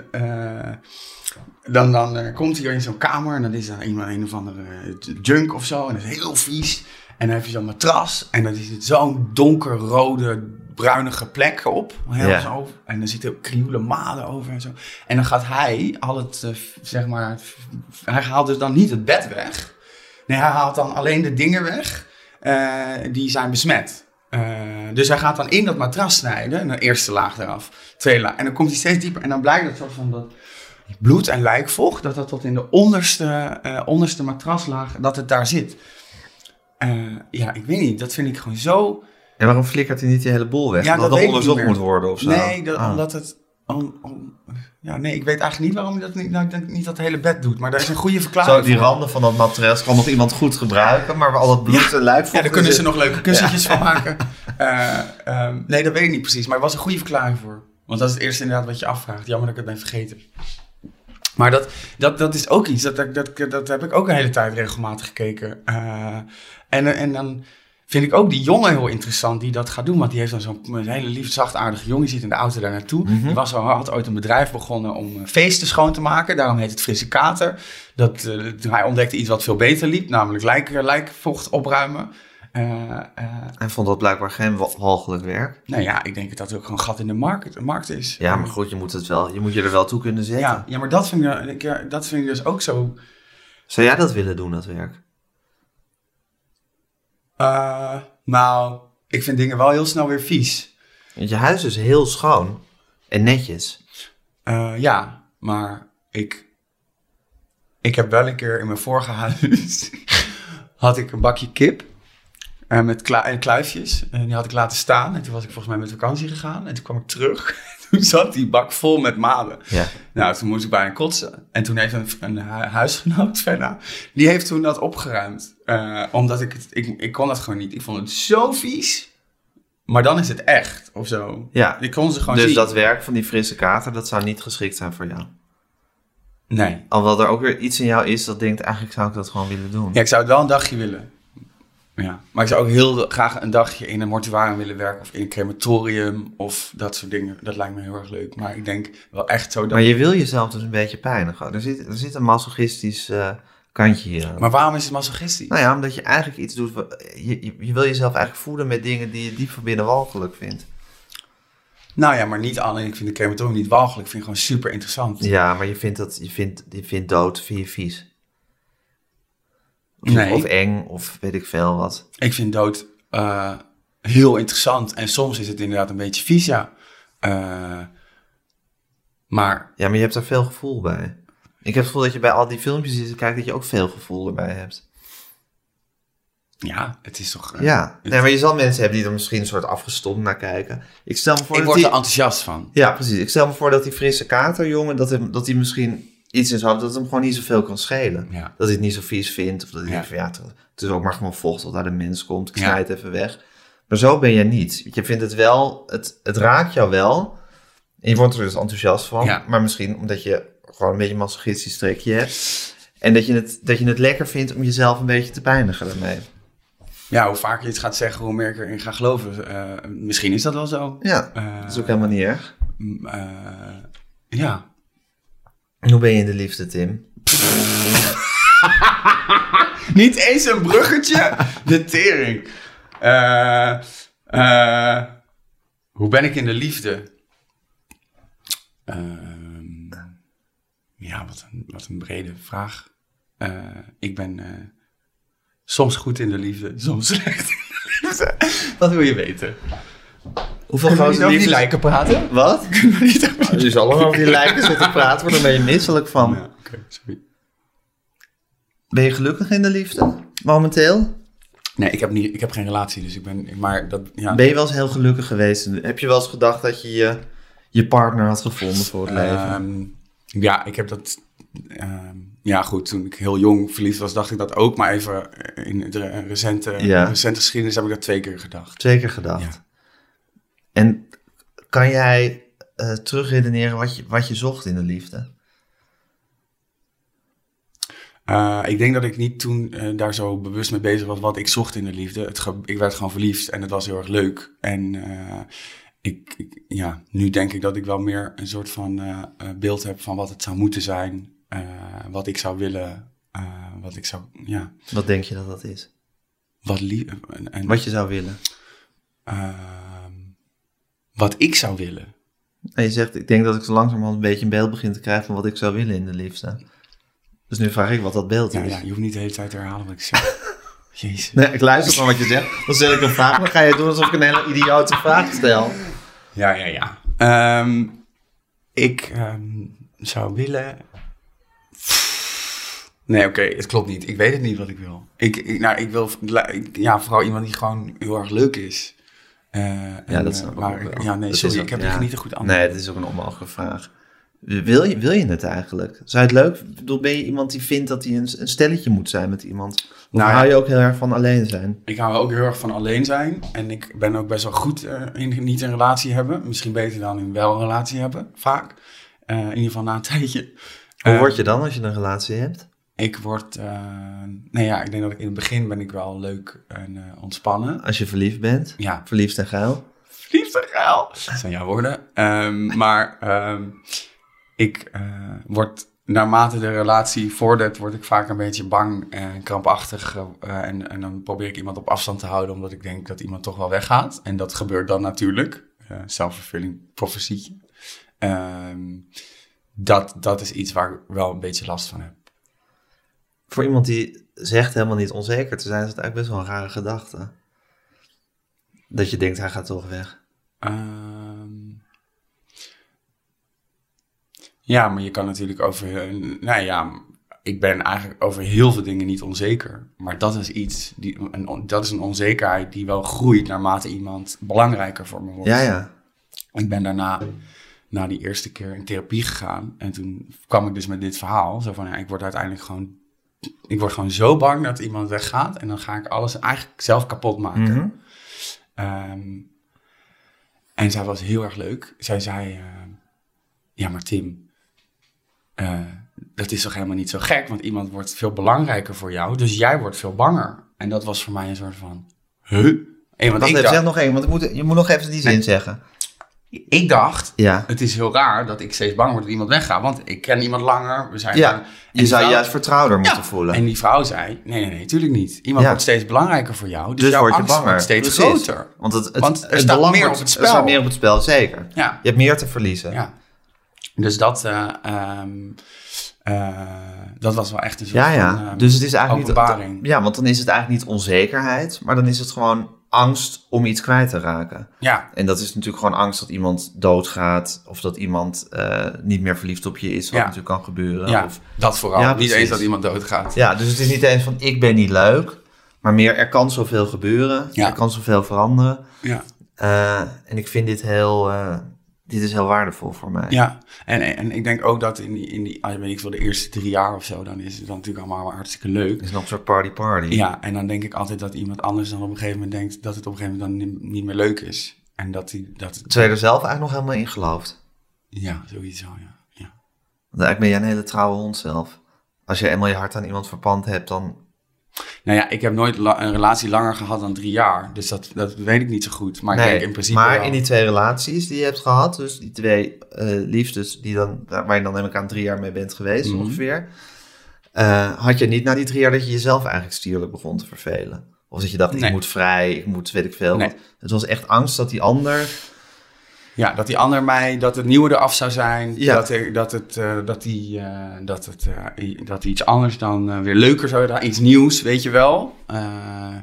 Speaker 2: dan, dan eh, komt hij in zo'n kamer en dan is er iemand een of andere eh, junk of zo en dat is heel vies. En dan heb je zo'n matras en dan is het zo'n donkerrode, bruinige plek op. Heel
Speaker 1: Ja.
Speaker 2: zo. En dan zitten krioelen maden over en zo. En dan gaat hij al het, eh, zeg maar, hij haalt dus dan niet het bed weg. Nee, hij haalt dan alleen de dingen weg eh, die zijn besmet. Eh, dus hij gaat dan in dat matras snijden, en een eerste laag eraf, tweede laag. En dan komt hij steeds dieper en dan blijkt dat soort van dat bloed en lijkvocht, dat dat tot in de onderste, eh, onderste matraslaag, dat het daar zit. Eh, ja, ik weet niet, dat vind ik gewoon zo...
Speaker 1: En waarom flikkert hij niet die hele boel weg?
Speaker 2: Ja,
Speaker 1: Omdat
Speaker 2: dat
Speaker 1: dat
Speaker 2: weet ik niet
Speaker 1: onderzocht
Speaker 2: meer.
Speaker 1: moet worden of zo?
Speaker 2: Nee, dat,
Speaker 1: Ah.
Speaker 2: omdat het... om- om- ja, nee, ik weet eigenlijk niet waarom hij dat niet, nou, ik denk niet dat het hele bed doet, maar daar is een goede verklaring
Speaker 1: Zo, die
Speaker 2: voor.
Speaker 1: randen van dat matras kan nog iemand goed gebruiken, maar waar al dat bloed en lijkvocht
Speaker 2: Ja, daar
Speaker 1: in
Speaker 2: kunnen ze
Speaker 1: zit-
Speaker 2: nog leuke kussentjes van maken. Eh, ehm, nee, dat weet ik niet precies. Maar er was een goede verklaring voor. Want dat is het eerste inderdaad wat je afvraagt. Jammer dat ik het ben vergeten. Maar dat, dat, dat is ook iets. Dat, dat, dat, dat heb ik ook een hele tijd regelmatig gekeken. Eh, en, en dan vind ik ook die jongen heel interessant die dat gaat doen. Want die heeft dan zo'n een hele lief, zachtaardige jongen. Die zit in de auto daar naartoe.
Speaker 1: Mhm.
Speaker 2: Die was al, had ooit een bedrijf begonnen om eh, feesten schoon te maken. Daarom heet het Frisse Kater. Dat, eh, toen hij ontdekte iets wat veel beter liep. Namelijk lijk, eh, lijkvocht opruimen. Eh, eh,
Speaker 1: En vond dat blijkbaar geen wa- walgelijk werk.
Speaker 2: nou ja, ik denk dat dat ook gewoon een gat in de markt, markt is.
Speaker 1: Ja, maar goed, je moet, het wel, je moet je er wel toe kunnen zetten.
Speaker 2: Ja, ja, maar dat vind, ik, ik, ja, dat vind ik dus ook zo...
Speaker 1: Zou jij dat willen doen, dat werk?
Speaker 2: eh, nou, ik vind dingen wel heel snel weer vies.
Speaker 1: Want je huis is heel schoon en netjes.
Speaker 2: Eh, ja, maar ik, ik heb wel een keer in mijn vorige huis *laughs* had ik een bakje kip eh, met kla- en kluifjes. En die had ik laten staan. En toen was ik volgens mij met vakantie gegaan. En toen kwam ik terug. *laughs* toen zat die bak vol met maden.
Speaker 1: Ja.
Speaker 2: Nou, toen moest ik bijna kotsen. En toen heeft een, een hu- huisgenoot, *laughs* Fenna, die heeft toen dat opgeruimd. Eh, omdat ik het, ik, ik kon dat gewoon niet. Ik vond het zo vies. Maar dan is het echt, of zo.
Speaker 1: Ja.
Speaker 2: Ik kon ze gewoon
Speaker 1: Dus
Speaker 2: zien.
Speaker 1: dat werk van die frisse kater, dat zou niet geschikt zijn voor jou.
Speaker 2: Nee.
Speaker 1: Alhoewel er ook weer iets in jou is dat denkt, eigenlijk zou ik dat gewoon willen doen.
Speaker 2: Ja, ik zou het wel een dagje willen. Ja. Maar ik zou ook heel graag een dagje in een mortuarium willen werken. Of in een crematorium. Of dat soort dingen. Dat lijkt me heel erg leuk. Maar ik denk wel echt zo dat...
Speaker 1: Maar
Speaker 2: Maar,
Speaker 1: je wil jezelf dus een beetje pijnigen. Er zit, er zit een masochistisch eh, kantje hier aan.
Speaker 2: waarom is het masochistisch?
Speaker 1: Nou ja, omdat je eigenlijk iets doet. wa- Je, je, je wil jezelf eigenlijk voeden met dingen die je diep van binnen walgelijk vindt.
Speaker 2: Nou ja, maar niet alleen. Ik vind de crematorium niet walgelijk. Ik vind het gewoon super interessant.
Speaker 1: Ja, maar je vindt, dat, je vindt, je vindt dood vind je vies. Of,
Speaker 2: Nee.
Speaker 1: of eng, of weet ik veel wat.
Speaker 2: Ik vind dood eh, heel interessant. En soms is het inderdaad een beetje vies, ja. Eh, maar
Speaker 1: Ja, maar je hebt daar veel gevoel bij. Ik heb het gevoel dat je bij al die filmpjes die je kijkt, dat je ook veel gevoel erbij hebt.
Speaker 2: Ja, het is toch... eh,
Speaker 1: Ja,
Speaker 2: het-
Speaker 1: nee, maar je zal mensen hebben die er misschien een soort afgestomd naar kijken. Ik stel me voor
Speaker 2: ik
Speaker 1: dat
Speaker 2: word
Speaker 1: die...
Speaker 2: er enthousiast van.
Speaker 1: Ja, precies. Ik stel me voor dat die frisse katerjongen, dat, hem, dat hij misschien iets in zijn dat het hem gewoon niet zoveel kan schelen.
Speaker 2: Ja.
Speaker 1: Dat hij het niet zo vies vindt. Of dat hij
Speaker 2: Ja.
Speaker 1: denkt van ja, het- het is ook maar gewoon vocht wat uit de mens komt. Ik snijd het even weg. Maar zo ben je niet. Je vindt het wel, het, het raakt jou wel. En je wordt er dus enthousiast van.
Speaker 2: Ja.
Speaker 1: Maar misschien omdat je gewoon een beetje een masochistisch trekje hebt. En dat je, het, dat je het lekker vindt om jezelf een beetje te pijnigen daarmee.
Speaker 2: Ja, hoe vaker je het gaat zeggen, hoe meer ik erin ga geloven. Eh, misschien is dat wel zo.
Speaker 1: Ja,
Speaker 2: Eh,
Speaker 1: dat is ook helemaal niet erg.
Speaker 2: m- eh, ja.
Speaker 1: En hoe ben je in de liefde, Tim?
Speaker 2: Niet eens een bruggetje. de tering. Eh, eh, hoe ben ik in de liefde? Ehm, ja, wat een, wat een brede vraag. Eh, ik ben eh, soms goed in de liefde, soms slecht in de liefde. Wat wil je weten?
Speaker 1: Hoeveel
Speaker 2: Kunnen we
Speaker 1: grote
Speaker 2: niet over die
Speaker 1: liefdes-
Speaker 2: lijken praten?
Speaker 1: Wat?
Speaker 2: Kunnen we niet over die
Speaker 1: Dus allemaal over die lijken zitten praten, maar daar ben je misselijk van.
Speaker 2: Ja, oké, sorry.
Speaker 1: Ben je gelukkig in de liefde? Momenteel?
Speaker 2: Nee, ik heb, niet, ik heb geen relatie, dus ik ben... ik- Maar dat, ja,
Speaker 1: Ben je wel eens heel gelukkig geweest? Heb je wel eens gedacht dat je je, je partner had gevonden voor het leven?
Speaker 2: ehm, ja, ik heb dat... ehm, ja, goed, toen ik heel jong verliefd was, dacht ik dat ook. Maar even eh, in de recente,
Speaker 1: Ja.
Speaker 2: recente geschiedenis heb ik dat twee keer gedacht.
Speaker 1: Twee keer gedacht. En kan jij eh, terugredeneren wat je, wat je zocht in de liefde?
Speaker 2: Eh, ik denk dat ik niet toen eh, daar zo bewust mee bezig was wat ik zocht in de liefde. Het ge- ik werd gewoon verliefd en het was heel erg leuk. En eh, ik, ik- ja, nu denk ik dat ik wel meer een soort van eh, eh, beeld heb van wat het zou moeten zijn. eh, wat ik zou willen. eh, wat ik zou, ja.
Speaker 1: Wat denk je dat dat is?
Speaker 2: Wat, lie- en, en,
Speaker 1: Wat je zou willen?
Speaker 2: Ehm, wat ik zou willen.
Speaker 1: En je zegt, ik denk dat ik zo langzamerhand een beetje een beeld begin te krijgen van wat ik zou willen in de liefde. Dus nu vraag ik wat dat beeld
Speaker 2: Ja,
Speaker 1: is.
Speaker 2: ja, je hoeft niet de hele tijd te herhalen wat
Speaker 1: *laughs*
Speaker 2: ik zeg. Jezus.
Speaker 1: Nee, ik luister gewoon wat je zegt. Dan stel ik een vraag, dan ga je doen alsof ik een hele idiote vraag stel.
Speaker 2: Ja, ja, ja. Ehm, ik ehm, zou willen. Nee, oké, het klopt niet. Ik weet het niet wat ik wil. Ik, ik, nou, ik wil la- ik- ja, vooral iemand die gewoon heel erg leuk is. Eh, en,
Speaker 1: dat
Speaker 2: eh,
Speaker 1: snap ik
Speaker 2: waar
Speaker 1: ook wel.
Speaker 2: Ja, nee,
Speaker 1: Dat
Speaker 2: sorry,
Speaker 1: is ook-
Speaker 2: ik heb
Speaker 1: ja.
Speaker 2: hier niet een goed antwoord.
Speaker 1: Nee, dat is ook een onmogelijke vraag. Wil je, wil je het eigenlijk? Zou je het leuk? Ik bedoel, ben je iemand die vindt dat hij een, een stelletje moet zijn met iemand? Of
Speaker 2: Nou ja.
Speaker 1: hou je ook heel erg van alleen zijn?
Speaker 2: Ik hou ook heel erg van alleen zijn. En ik ben ook best wel goed eh, in niet een relatie hebben. Misschien beter dan in wel een relatie hebben, vaak. Eh, in ieder geval na een *laughs* tijdje.
Speaker 1: Hoe
Speaker 2: Eh,
Speaker 1: word je dan als je een relatie hebt?
Speaker 2: Ik word... eh, nee ja, ik denk dat ik in het begin ben ik wel leuk en eh, ontspannen.
Speaker 1: Als je verliefd bent?
Speaker 2: Ja,
Speaker 1: Verliefd en geil?
Speaker 2: liefde geil. Dat zijn jouw woorden. Ehm, maar ehm, ik eh, word naarmate de relatie vordert, word ik vaak een beetje bang en krampachtig. eh, en, en dan probeer ik iemand op afstand te houden, omdat ik denk dat iemand toch wel weggaat. En dat gebeurt dan natuurlijk. eh Zelfvervulling, profetietje. Ehm, dat, dat is iets waar ik wel een beetje last van heb.
Speaker 1: Voor iemand die zegt helemaal niet onzeker te zijn, is dat eigenlijk best wel een rare gedachte. Dat je denkt, hij gaat toch weg.
Speaker 2: Ehm, ja, maar je kan natuurlijk over. eh, Nou ja, ik ben eigenlijk over heel veel dingen niet onzeker. Maar dat is iets. Die, een, on- dat is een onzekerheid die wel groeit naarmate iemand belangrijker voor me wordt.
Speaker 1: Ja, ja.
Speaker 2: Ik ben daarna. Na die eerste keer in therapie gegaan. En toen kwam ik dus met dit verhaal. Zo van, ja, ik word uiteindelijk gewoon... Ik word gewoon zo bang dat iemand weggaat. En dan ga ik alles eigenlijk zelf kapot maken.
Speaker 1: Mhm.
Speaker 2: Ehm, en zij was heel erg leuk. Zij zei: ehm, Ja, maar Tim, eh, dat is toch helemaal niet zo gek, want iemand wordt veel belangrijker voor jou, dus jij wordt veel banger. En dat was voor mij een soort van: Huh? Eh, want
Speaker 1: Wacht
Speaker 2: ik
Speaker 1: even, zeg
Speaker 2: dacht,
Speaker 1: nog één, want ik moet, je moet nog even die zin zeggen.
Speaker 2: ik dacht:
Speaker 1: Ja.
Speaker 2: Het is heel raar dat ik steeds bang word dat iemand weggaat, want ik ken iemand langer. We zijn
Speaker 1: ja.
Speaker 2: lang-
Speaker 1: Je zou je
Speaker 2: vrouw-
Speaker 1: juist vertrouwder moeten voelen.
Speaker 2: En die vrouw zei: Nee, nee, nee, natuurlijk niet. Iemand
Speaker 1: Ja.
Speaker 2: wordt steeds belangrijker voor jou, dus,
Speaker 1: Dus
Speaker 2: jouw
Speaker 1: word je
Speaker 2: angst
Speaker 1: banger.
Speaker 2: wordt steeds
Speaker 1: Precies.
Speaker 2: groter.
Speaker 1: Want, het, het,
Speaker 2: Want er
Speaker 1: het
Speaker 2: staat
Speaker 1: belang
Speaker 2: meer
Speaker 1: wordt-
Speaker 2: op het
Speaker 1: Er staat
Speaker 2: spel.
Speaker 1: meer op het spel, zeker.
Speaker 2: Ja.
Speaker 1: Je hebt meer te verliezen.
Speaker 2: Ja. Dus dat, eh, ehm, eh, dat was wel echt een soort
Speaker 1: Ja, ja.
Speaker 2: van, ehm,
Speaker 1: dus het is eigenlijk
Speaker 2: openbaring.
Speaker 1: niet. Ja, want dan is het eigenlijk niet onzekerheid, maar dan is het gewoon angst om iets kwijt te raken.
Speaker 2: ja,
Speaker 1: En dat is natuurlijk gewoon angst dat iemand doodgaat of dat iemand eh, niet meer verliefd op je is, wat
Speaker 2: Ja.
Speaker 1: natuurlijk kan gebeuren.
Speaker 2: ja,
Speaker 1: Of,
Speaker 2: dat vooral.
Speaker 1: Ja,
Speaker 2: niet
Speaker 1: precies.
Speaker 2: eens dat iemand doodgaat.
Speaker 1: ja, dus het is niet eens van ik ben niet leuk, Maar meer, er kan zoveel gebeuren.
Speaker 2: Ja.
Speaker 1: Er kan zoveel veranderen.
Speaker 2: Ja.
Speaker 1: Eh, en ik vind dit heel, eh, dit is heel waardevol voor mij.
Speaker 2: Ja, en, en en ik denk ook dat in die, in die ah, weet ik veel, de eerste drie jaar of zo, dan is het dan natuurlijk allemaal maar hartstikke leuk.
Speaker 1: Het is nog een soort party party.
Speaker 2: Ja, en dan denk ik altijd dat iemand anders dan op een gegeven moment denkt dat het op een gegeven moment dan ni- niet meer leuk is. En dat die, dat,
Speaker 1: Terwijl je er zelf eigenlijk nog helemaal in gelooft.
Speaker 2: ja, sowieso, ja. ja.
Speaker 1: Want eigenlijk ben jij een hele trouwe hond zelf. Als je eenmaal je hart aan iemand verpand hebt, dan...
Speaker 2: Nou ja, ik heb nooit la- een relatie langer gehad dan drie jaar, dus dat, dat weet ik niet zo goed. Maar ik denk in principe
Speaker 1: maar
Speaker 2: wel-
Speaker 1: in die twee relaties die je hebt gehad, dus die twee eh, liefdes die dan, waar je dan neem ik aan drie jaar mee bent geweest
Speaker 2: Mhm.
Speaker 1: ongeveer, eh, had je niet na die drie jaar dat je jezelf eigenlijk stierlijk begon te vervelen? Of dat je dacht,
Speaker 2: Nee.
Speaker 1: ik moet vrij, ik moet weet ik veel.
Speaker 2: Nee.
Speaker 1: wat. Het was echt angst dat die ander
Speaker 2: Ja, dat die ander mij, dat het nieuwe eraf zou zijn.
Speaker 1: Ja.
Speaker 2: Dat, er, dat, het, eh, dat, die, eh, dat, het, eh, i- dat iets anders dan eh, weer leuker zou zijn. Iets nieuws, weet je wel. Eh,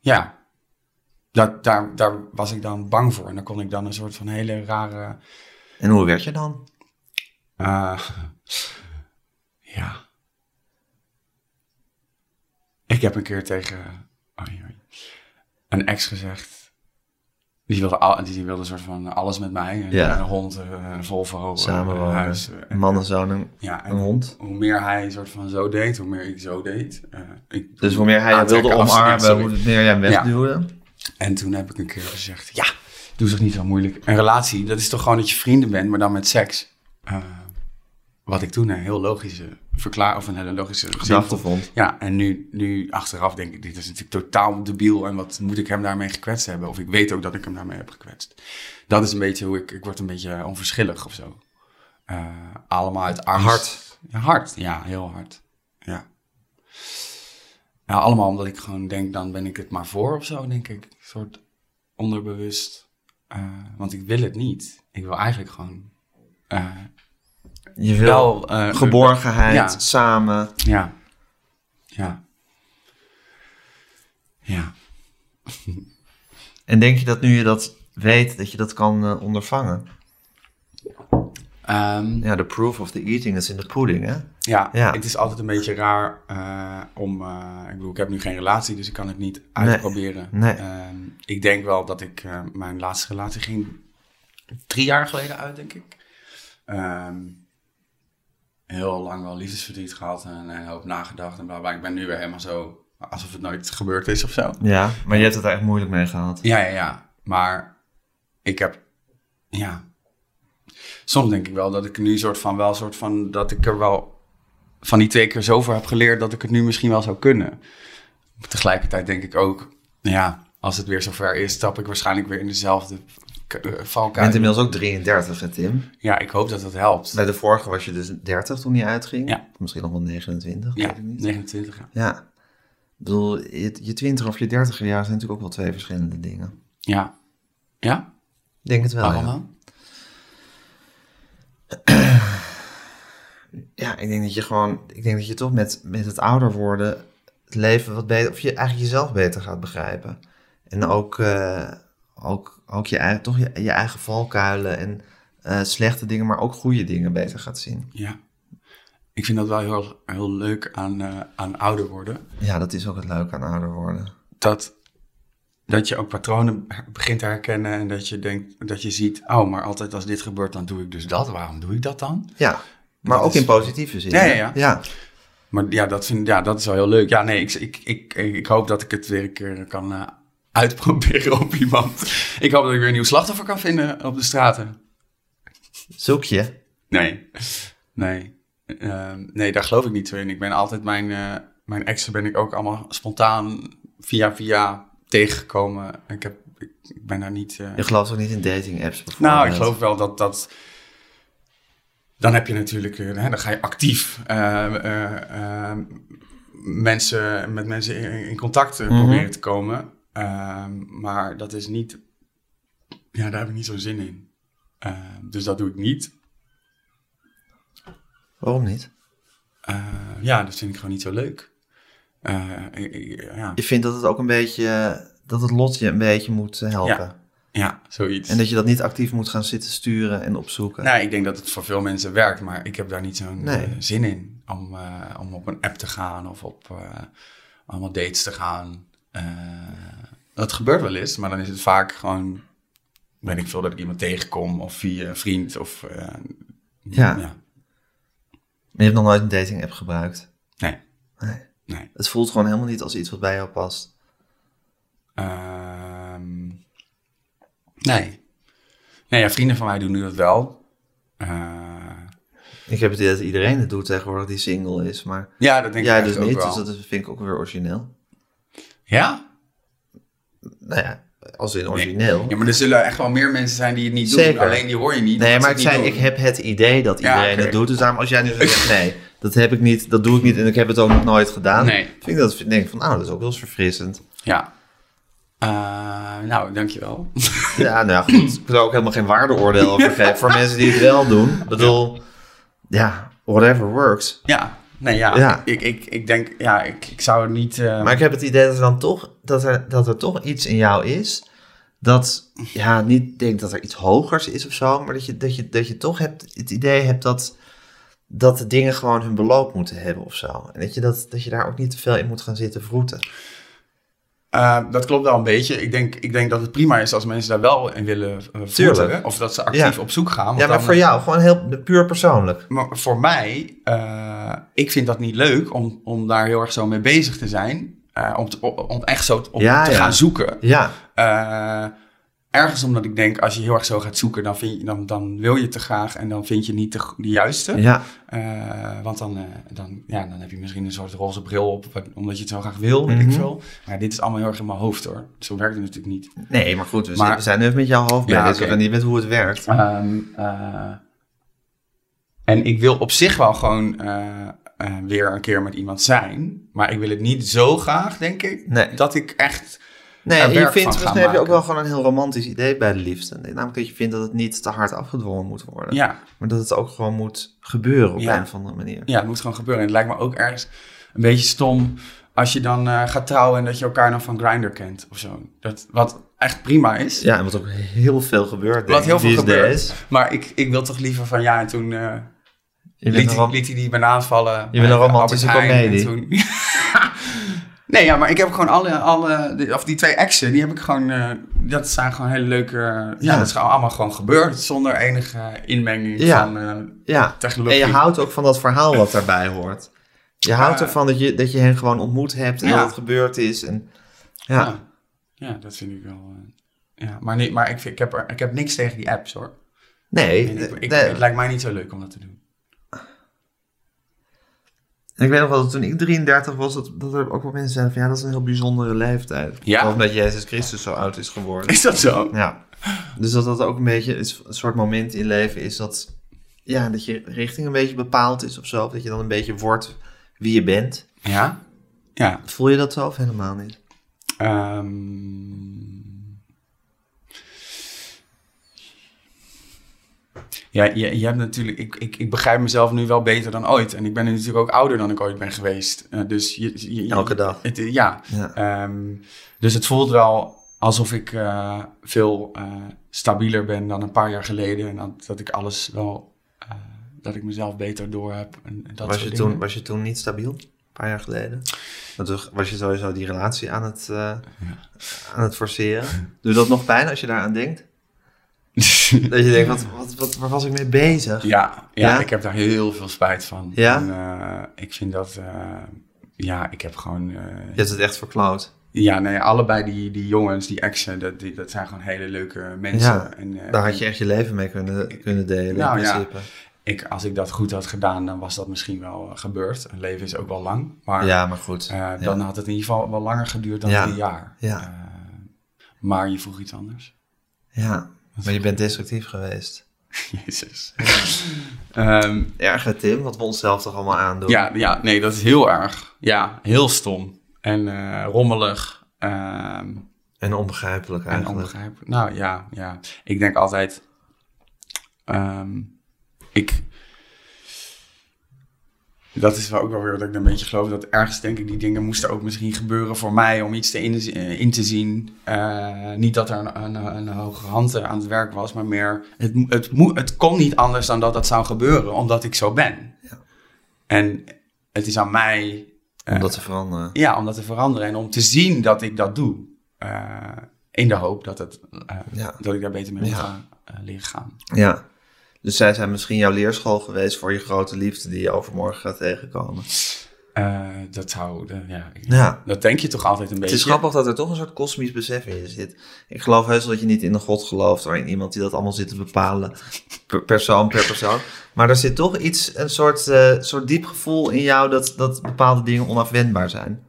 Speaker 2: ja, dat, daar, daar was ik dan bang voor. En daar kon ik dan een soort van hele rare...
Speaker 1: En hoe werd je dan?
Speaker 2: eh, ja. Ik heb een keer tegen oei, oei, een ex gezegd. Die wilde, al, die wilde een soort van alles met mij. Een,
Speaker 1: Ja.
Speaker 2: een hond, eh, een Volvo, een
Speaker 1: Samenwonen.
Speaker 2: huis. eh,
Speaker 1: Een man en zoon, een,
Speaker 2: ja,
Speaker 1: een
Speaker 2: en
Speaker 1: hond.
Speaker 2: hoe meer hij een soort van zo deed, hoe meer ik zo deed. Eh, ik,
Speaker 1: Dus hoe meer hij je wilde
Speaker 2: aantrekken, afstand,
Speaker 1: omarmen,
Speaker 2: sorry.
Speaker 1: hoe meer jij hem
Speaker 2: Ja.
Speaker 1: wegduwde.
Speaker 2: En toen heb ik een keer gezegd, ja, doe zich niet zo moeilijk. Een relatie, dat is toch gewoon dat je vrienden bent, maar dan met seks. Eh, wat ik toen een heel logische verklaar of een hele logische
Speaker 1: Gedachte vond.
Speaker 2: Ja, en nu, nu achteraf denk ik, dit is natuurlijk totaal debiel. En wat moet ik hem daarmee gekwetst hebben? Of ik weet ook dat ik hem daarmee heb gekwetst. Dat is een beetje hoe ik, ik word een beetje onverschillig of zo. Eh, allemaal uit angst.
Speaker 1: Hard.
Speaker 2: Ja, hard, ja, heel hard. Ja. ja. Allemaal omdat ik gewoon denk, dan ben ik het maar voor of zo, denk ik. Een soort onderbewust. Eh, want ik wil het niet. Ik wil eigenlijk gewoon... eh,
Speaker 1: Je wil
Speaker 2: wel eh,
Speaker 1: geborgenheid,
Speaker 2: Ja.
Speaker 1: samen.
Speaker 2: ja. Ja. Ja.
Speaker 1: En denk je dat nu je dat weet, dat je dat kan eh, ondervangen?
Speaker 2: Ehm, ja.
Speaker 1: Ja, the proof of the eating is in the pudding, hè? Ja.
Speaker 2: het is altijd een beetje raar eh, om... eh, ik bedoel, ik heb nu geen relatie, dus ik kan het niet uitproberen.
Speaker 1: Nee.
Speaker 2: Ehm, ik denk wel dat ik... eh, mijn laatste relatie ging drie jaar geleden uit, denk ik. Ehm, heel lang wel liefdesverdriet gehad en een hoop nagedacht en bla bla. Ik ben nu weer helemaal zo... alsof het nooit gebeurd is of zo.
Speaker 1: Ja, maar je hebt het er echt moeilijk mee gehad.
Speaker 2: Ja, ja, ja. Maar ik heb, ja. Soms denk ik wel dat ik nu soort van wel, soort van, dat ik er wel van die twee keer zoveel heb geleerd dat ik het nu misschien wel zou kunnen. Tegelijkertijd denk ik ook, nou ja, als het weer zover is, stap ik waarschijnlijk weer in dezelfde k- eh,
Speaker 1: Je bent
Speaker 2: valkuil.
Speaker 1: inmiddels ook 33, hè, Tim?
Speaker 2: Ja, ik hoop dat dat helpt.
Speaker 1: Bij de vorige was je dus 30 toen die uitging.
Speaker 2: Ja.
Speaker 1: Of Misschien nog wel 29,
Speaker 2: Ja,
Speaker 1: weet ik niet.
Speaker 2: 29 jaar.
Speaker 1: Ja. Ik bedoel, je, je 20 of je 30 jaar zijn natuurlijk ook wel twee verschillende dingen.
Speaker 2: Ja. Ja?
Speaker 1: Ik denk het wel,
Speaker 2: Waarom
Speaker 1: Oh, ja.
Speaker 2: dan?
Speaker 1: Ja, ik denk dat je gewoon, ik denk dat je toch met, met het ouder worden het leven wat beter, of je eigenlijk jezelf beter gaat begrijpen. En ook, eh, ook, ook je, eigen, toch je, je eigen valkuilen en eh, slechte dingen, maar ook goede dingen beter gaat zien.
Speaker 2: Ja. Ik vind dat wel heel, heel leuk aan, eh, aan ouder worden.
Speaker 1: Ja, dat is ook het leuke aan ouder worden.
Speaker 2: dat, dat je ook patronen begint te herkennen en dat je denkt, dat je ziet, oh, maar altijd als dit gebeurt, dan doe ik dus dat. Waarom doe ik dat dan?
Speaker 1: Ja, maar
Speaker 2: Dat
Speaker 1: ook
Speaker 2: is-
Speaker 1: in positieve zin.
Speaker 2: Ja, ja,
Speaker 1: hè?
Speaker 2: ja.
Speaker 1: ja.
Speaker 2: Maar ja, dat, vind, ja, dat is wel heel leuk. Ja, nee, ik, ik, ik, ik hoop dat ik het weer een keer kan eh, uitproberen op iemand. Ik hoop dat ik weer een nieuw slachtoffer kan vinden op de straten.
Speaker 1: Zoek je.
Speaker 2: Nee, nee. Ehm, nee, daar geloof ik niet zo in. Ik ben altijd mijn, eh, mijn exen ben ik ook allemaal spontaan via via tegengekomen. Ik, heb, ik, ik ben daar niet... eh,
Speaker 1: Je gelooft ook niet in dating apps bijvoorbeeld.
Speaker 2: Nou, ik geloof wel dat dat. Dan heb je natuurlijk, eh, hè, dan ga je actief eh, eh, eh, mensen, met mensen in, in contact eh,
Speaker 1: Mhm.
Speaker 2: proberen te komen. Ehm, maar dat is niet, ja, daar heb ik niet zo'n zin in. Ehm, dus dat doe ik niet.
Speaker 1: Waarom niet?
Speaker 2: Eh, ja, dat vind ik gewoon niet zo leuk. Eh, ik- ik- ja.
Speaker 1: Je vindt dat het ook een beetje, dat het lot je een beetje moet eh, helpen.
Speaker 2: ja, zoiets.
Speaker 1: En dat je dat niet actief moet gaan zitten sturen en opzoeken.
Speaker 2: Nou, ik denk dat het voor veel mensen werkt, maar ik heb daar niet zo'n
Speaker 1: Nee.
Speaker 2: eh, zin in om, eh, om op een app te gaan of op, eh, allemaal dates te gaan. Eh, dat gebeurt wel eens, maar dan is het vaak gewoon, weet ik veel, dat ik iemand tegenkom of via een vriend of... eh,
Speaker 1: Ja. Je hebt nog nooit een dating app gebruikt.
Speaker 2: Nee.
Speaker 1: Nee.
Speaker 2: Nee.
Speaker 1: Het voelt gewoon helemaal niet als iets wat bij jou past.
Speaker 2: Ehm, nee. Nee, ja, vrienden van mij doen nu dat wel. Eh,
Speaker 1: Ik heb het idee dat iedereen het doet tegenwoordig die single is, maar
Speaker 2: ja, dat denk
Speaker 1: jij
Speaker 2: ik
Speaker 1: dus
Speaker 2: echt ook
Speaker 1: niet,
Speaker 2: wel.
Speaker 1: dus dat is- vind ik ook weer origineel.
Speaker 2: Ja?
Speaker 1: Nou ja, als in origineel.
Speaker 2: Ja, maar er zullen echt wel meer mensen zijn die het niet
Speaker 1: Zeker.
Speaker 2: doen. Alleen die hoor je niet.
Speaker 1: Nee,
Speaker 2: omdat
Speaker 1: maar
Speaker 2: ze
Speaker 1: ik
Speaker 2: het niet
Speaker 1: zei, ik
Speaker 2: doen.
Speaker 1: heb het idee dat
Speaker 2: Ja,
Speaker 1: iedereen
Speaker 2: oké.
Speaker 1: het doet. Dus daarom, als jij nu zegt, *laughs* nee, dat heb ik niet, dat doe ik niet en ik heb het ook nog nooit gedaan.
Speaker 2: Nee.
Speaker 1: Vind ik dat, vind- denk ik van, nou, dat is ook wel eens verfrissend.
Speaker 2: Ja. Eh, nou, dankjewel. *laughs*
Speaker 1: Ja, nou ja, goed. Ik wil er ook helemaal geen waardeoordeel over geven voor mensen die het wel doen. Ik bedoel, ja, whatever works.
Speaker 2: ja. Nee, ja.
Speaker 1: Ja.
Speaker 2: Ik, ik, ik denk, ja, ik, ik zou het niet... eh,
Speaker 1: Maar ik heb het idee dat er dan toch, dat er, dat er toch iets in jou is. Dat, ja, niet denk dat er iets hogers is of zo. Maar dat je, dat je, dat je toch hebt, het idee hebt dat, dat de dingen gewoon hun beloop moeten hebben of zo. En dat je, dat, dat je daar ook niet te veel in moet gaan zitten vroeten.
Speaker 2: Eh, dat klopt wel een beetje. Ik denk, ik denk dat het prima is als mensen daar wel in willen eh, voeteren. Of dat ze actief
Speaker 1: Ja.
Speaker 2: op zoek gaan. want
Speaker 1: Ja, maar
Speaker 2: dan-
Speaker 1: voor jou, gewoon heel puur persoonlijk.
Speaker 2: Maar voor mij, eh, ik vind dat niet leuk om, om daar heel erg zo mee bezig te zijn. Eh, om, te- om echt zo t- om
Speaker 1: Ja,
Speaker 2: te
Speaker 1: ja.
Speaker 2: gaan zoeken.
Speaker 1: Ja,
Speaker 2: Eh, ergens omdat ik denk, als je heel erg zo gaat zoeken, dan, vind je, dan, dan wil je te graag en dan vind je niet de, de juiste.
Speaker 1: ja,
Speaker 2: Eh, want dan, eh, dan, ja, dan heb je misschien een soort roze bril op, wat- omdat je het zo graag wil, weet
Speaker 1: Mhm.
Speaker 2: ik veel. Maar dit is allemaal heel erg in mijn hoofd hoor. Zo werkt het natuurlijk niet.
Speaker 1: nee, maar goed, we,
Speaker 2: Maar-
Speaker 1: zijn- we zijn nu even met jouw hoofd
Speaker 2: Ja,
Speaker 1: bezig
Speaker 2: oké.
Speaker 1: en niet met hoe het werkt.
Speaker 2: Ehm, eh, en ik wil op zich wel gewoon eh, eh, weer een keer met iemand zijn. Maar ik wil het niet zo graag, denk ik.
Speaker 1: Nee.
Speaker 2: Dat ik echt.
Speaker 1: Nee,
Speaker 2: er
Speaker 1: en je
Speaker 2: werk van
Speaker 1: vindt,
Speaker 2: gaan
Speaker 1: misschien heb je ook
Speaker 2: maken.
Speaker 1: wel gewoon een heel romantisch idee bij de liefde. Namelijk dat je vindt dat het niet te hard afgedwongen moet worden.
Speaker 2: Ja,
Speaker 1: Maar dat het ook gewoon moet gebeuren op
Speaker 2: Ja.
Speaker 1: een of andere manier.
Speaker 2: ja, het moet gewoon gebeuren. En het lijkt me ook ergens een beetje stom als je dan eh, gaat trouwen en dat je elkaar dan van Grindr kent of zo. Dat, wat echt prima is.
Speaker 1: Ja, en wat ook heel veel gebeurt. denk
Speaker 2: Wat
Speaker 1: ik,
Speaker 2: heel veel
Speaker 1: these
Speaker 2: gebeurt.
Speaker 1: days.
Speaker 2: Maar ik, ik wil toch liever van ja, en toen eh,
Speaker 1: Je bent
Speaker 2: liet, hij-
Speaker 1: een rom-
Speaker 2: liet hij die banaan vallen.
Speaker 1: Je bent een romantische
Speaker 2: comedie.
Speaker 1: komedie.
Speaker 2: *laughs* nee, ja, maar ik heb gewoon alle, alle de- of die twee exen, die heb ik gewoon, eh, dat zijn gewoon hele leuke, ja.
Speaker 1: Ja.
Speaker 2: dat is gewoon allemaal gewoon gebeurd zonder enige inmenging
Speaker 1: Ja.
Speaker 2: van eh,
Speaker 1: ja. En
Speaker 2: technologie.
Speaker 1: je houdt ook van dat verhaal wat daarbij hoort. Je houdt
Speaker 2: Ja.
Speaker 1: ervan dat je, dat je hen gewoon ontmoet hebt en
Speaker 2: Ja.
Speaker 1: dat het gebeurd is. En, ja.
Speaker 2: ja. Ah, Ja, dat vind ik wel. eh, ja, maar nee, maar ik, vind, ik, heb er, ik heb niks tegen die apps hoor.
Speaker 1: Nee,
Speaker 2: En ik, eh, ik,
Speaker 1: nee.
Speaker 2: Het lijkt mij niet zo leuk om dat te doen.
Speaker 1: En ik weet nog wel dat toen ik 33 was, dat, dat er ook wel mensen zeiden van ja, dat is een heel bijzondere leeftijd.
Speaker 2: Ja.
Speaker 1: Of omdat Jezus Christus zo oud is geworden.
Speaker 2: *laughs* Is dat zo?
Speaker 1: Ja. Dus dat dat ook een beetje is- een soort moment in leven is dat, ja, dat je richting een beetje bepaald is of zo. Of dat je dan een beetje wordt wie je bent.
Speaker 2: Ja. Ja,
Speaker 1: Voel je dat zo of helemaal niet?
Speaker 2: Ehm. ja, je, je hebt natuurlijk. Ik, ik, ik begrijp mezelf nu wel beter dan ooit. En ik ben nu natuurlijk ook ouder dan ik ooit ben geweest. Eh, dus je, je- je-
Speaker 1: Elke dag.
Speaker 2: Het, eh, ja.
Speaker 1: Ja.
Speaker 2: Ehm, dus het voelt wel alsof ik eh, veel eh, stabieler ben dan een paar jaar geleden. En dat, dat ik alles wel. eh, dat ik mezelf beter door heb. En, en
Speaker 1: Was
Speaker 2: dat soort
Speaker 1: je,
Speaker 2: dingen.
Speaker 1: toen, was je toen niet stabiel? Een paar jaar geleden? Want toen was je sowieso die relatie aan het, eh, aan het forceren. Doe dat nog pijn als je daaraan denkt? Dat je denkt, wat, wat, wat, waar was ik mee bezig?
Speaker 2: *laughs* Ja, ja,
Speaker 1: Ja?
Speaker 2: ik heb daar heel veel spijt van.
Speaker 1: Ja?
Speaker 2: En, eh, ik vind dat, eh, ja, ik heb gewoon, eh,
Speaker 1: Je hebt het echt verklauwd.
Speaker 2: ja, nee, allebei die, die jongens, die exen, dat, die, dat zijn gewoon hele leuke mensen.
Speaker 1: Ja,
Speaker 2: en, eh,
Speaker 1: Daar had je echt je leven mee kunnen, kunnen delen.
Speaker 2: Nou
Speaker 1: in
Speaker 2: ja.
Speaker 1: principe.
Speaker 2: ik, als ik dat goed had gedaan, dan was dat misschien wel eh, gebeurd. Een leven is ook wel lang, maar
Speaker 1: ja, maar goed.
Speaker 2: eh, dan had het in ieder geval wel langer geduurd dan
Speaker 1: Ja.
Speaker 2: drie jaar.
Speaker 1: Ja.
Speaker 2: Eh, maar je vroeg iets
Speaker 1: *laughs*
Speaker 2: anders.
Speaker 1: Ja, maar je bent destructief geweest.
Speaker 2: Jezus. *laughs* Ehm,
Speaker 1: Erger Tim, wat we onszelf toch allemaal aandoen.
Speaker 2: Ja, ja, nee, dat is heel erg. Ja, heel stom. En eh, rommelig. ehm,
Speaker 1: En onbegrijpelijk
Speaker 2: en
Speaker 1: eigenlijk.
Speaker 2: onbegrijpelijk. Nou ja, ja. Ik denk altijd. ehm, ik. Dat is wel ook wel weer dat ik een beetje geloof. Dat ergens denk ik, die dingen moesten ook misschien gebeuren voor mij. Om iets te in, eh, in te zien. Eh, niet dat er een, een, een hoge hand eh, aan het werk was. Maar meer, het, mo- het, mo- het kon niet anders dan dat dat zou gebeuren. Omdat ik zo ben. En het is aan mij
Speaker 1: Om dat te veranderen.
Speaker 2: Ja, om dat te veranderen en om te zien dat ik dat doe. Eh, in de hoop dat, het, eh,
Speaker 1: Ja.
Speaker 2: dat ik daar beter mee moet
Speaker 1: Ja.
Speaker 2: gaan eh, leren gaan.
Speaker 1: Ja. Dus zij zijn misschien jouw leerschool geweest voor je grote liefde die je overmorgen gaat tegenkomen.
Speaker 2: Eh, dat zou, de- ja, ik-
Speaker 1: Ja.
Speaker 2: dat denk je toch altijd een beetje.
Speaker 1: Het is grappig dat er toch een soort kosmisch besef in je zit. Ik geloof heus wel dat je niet in een god gelooft of in iemand die dat allemaal zit te bepalen, per persoon per persoon. Maar er zit toch iets, een soort, eh, soort diep gevoel in jou dat, dat bepaalde dingen onafwendbaar zijn.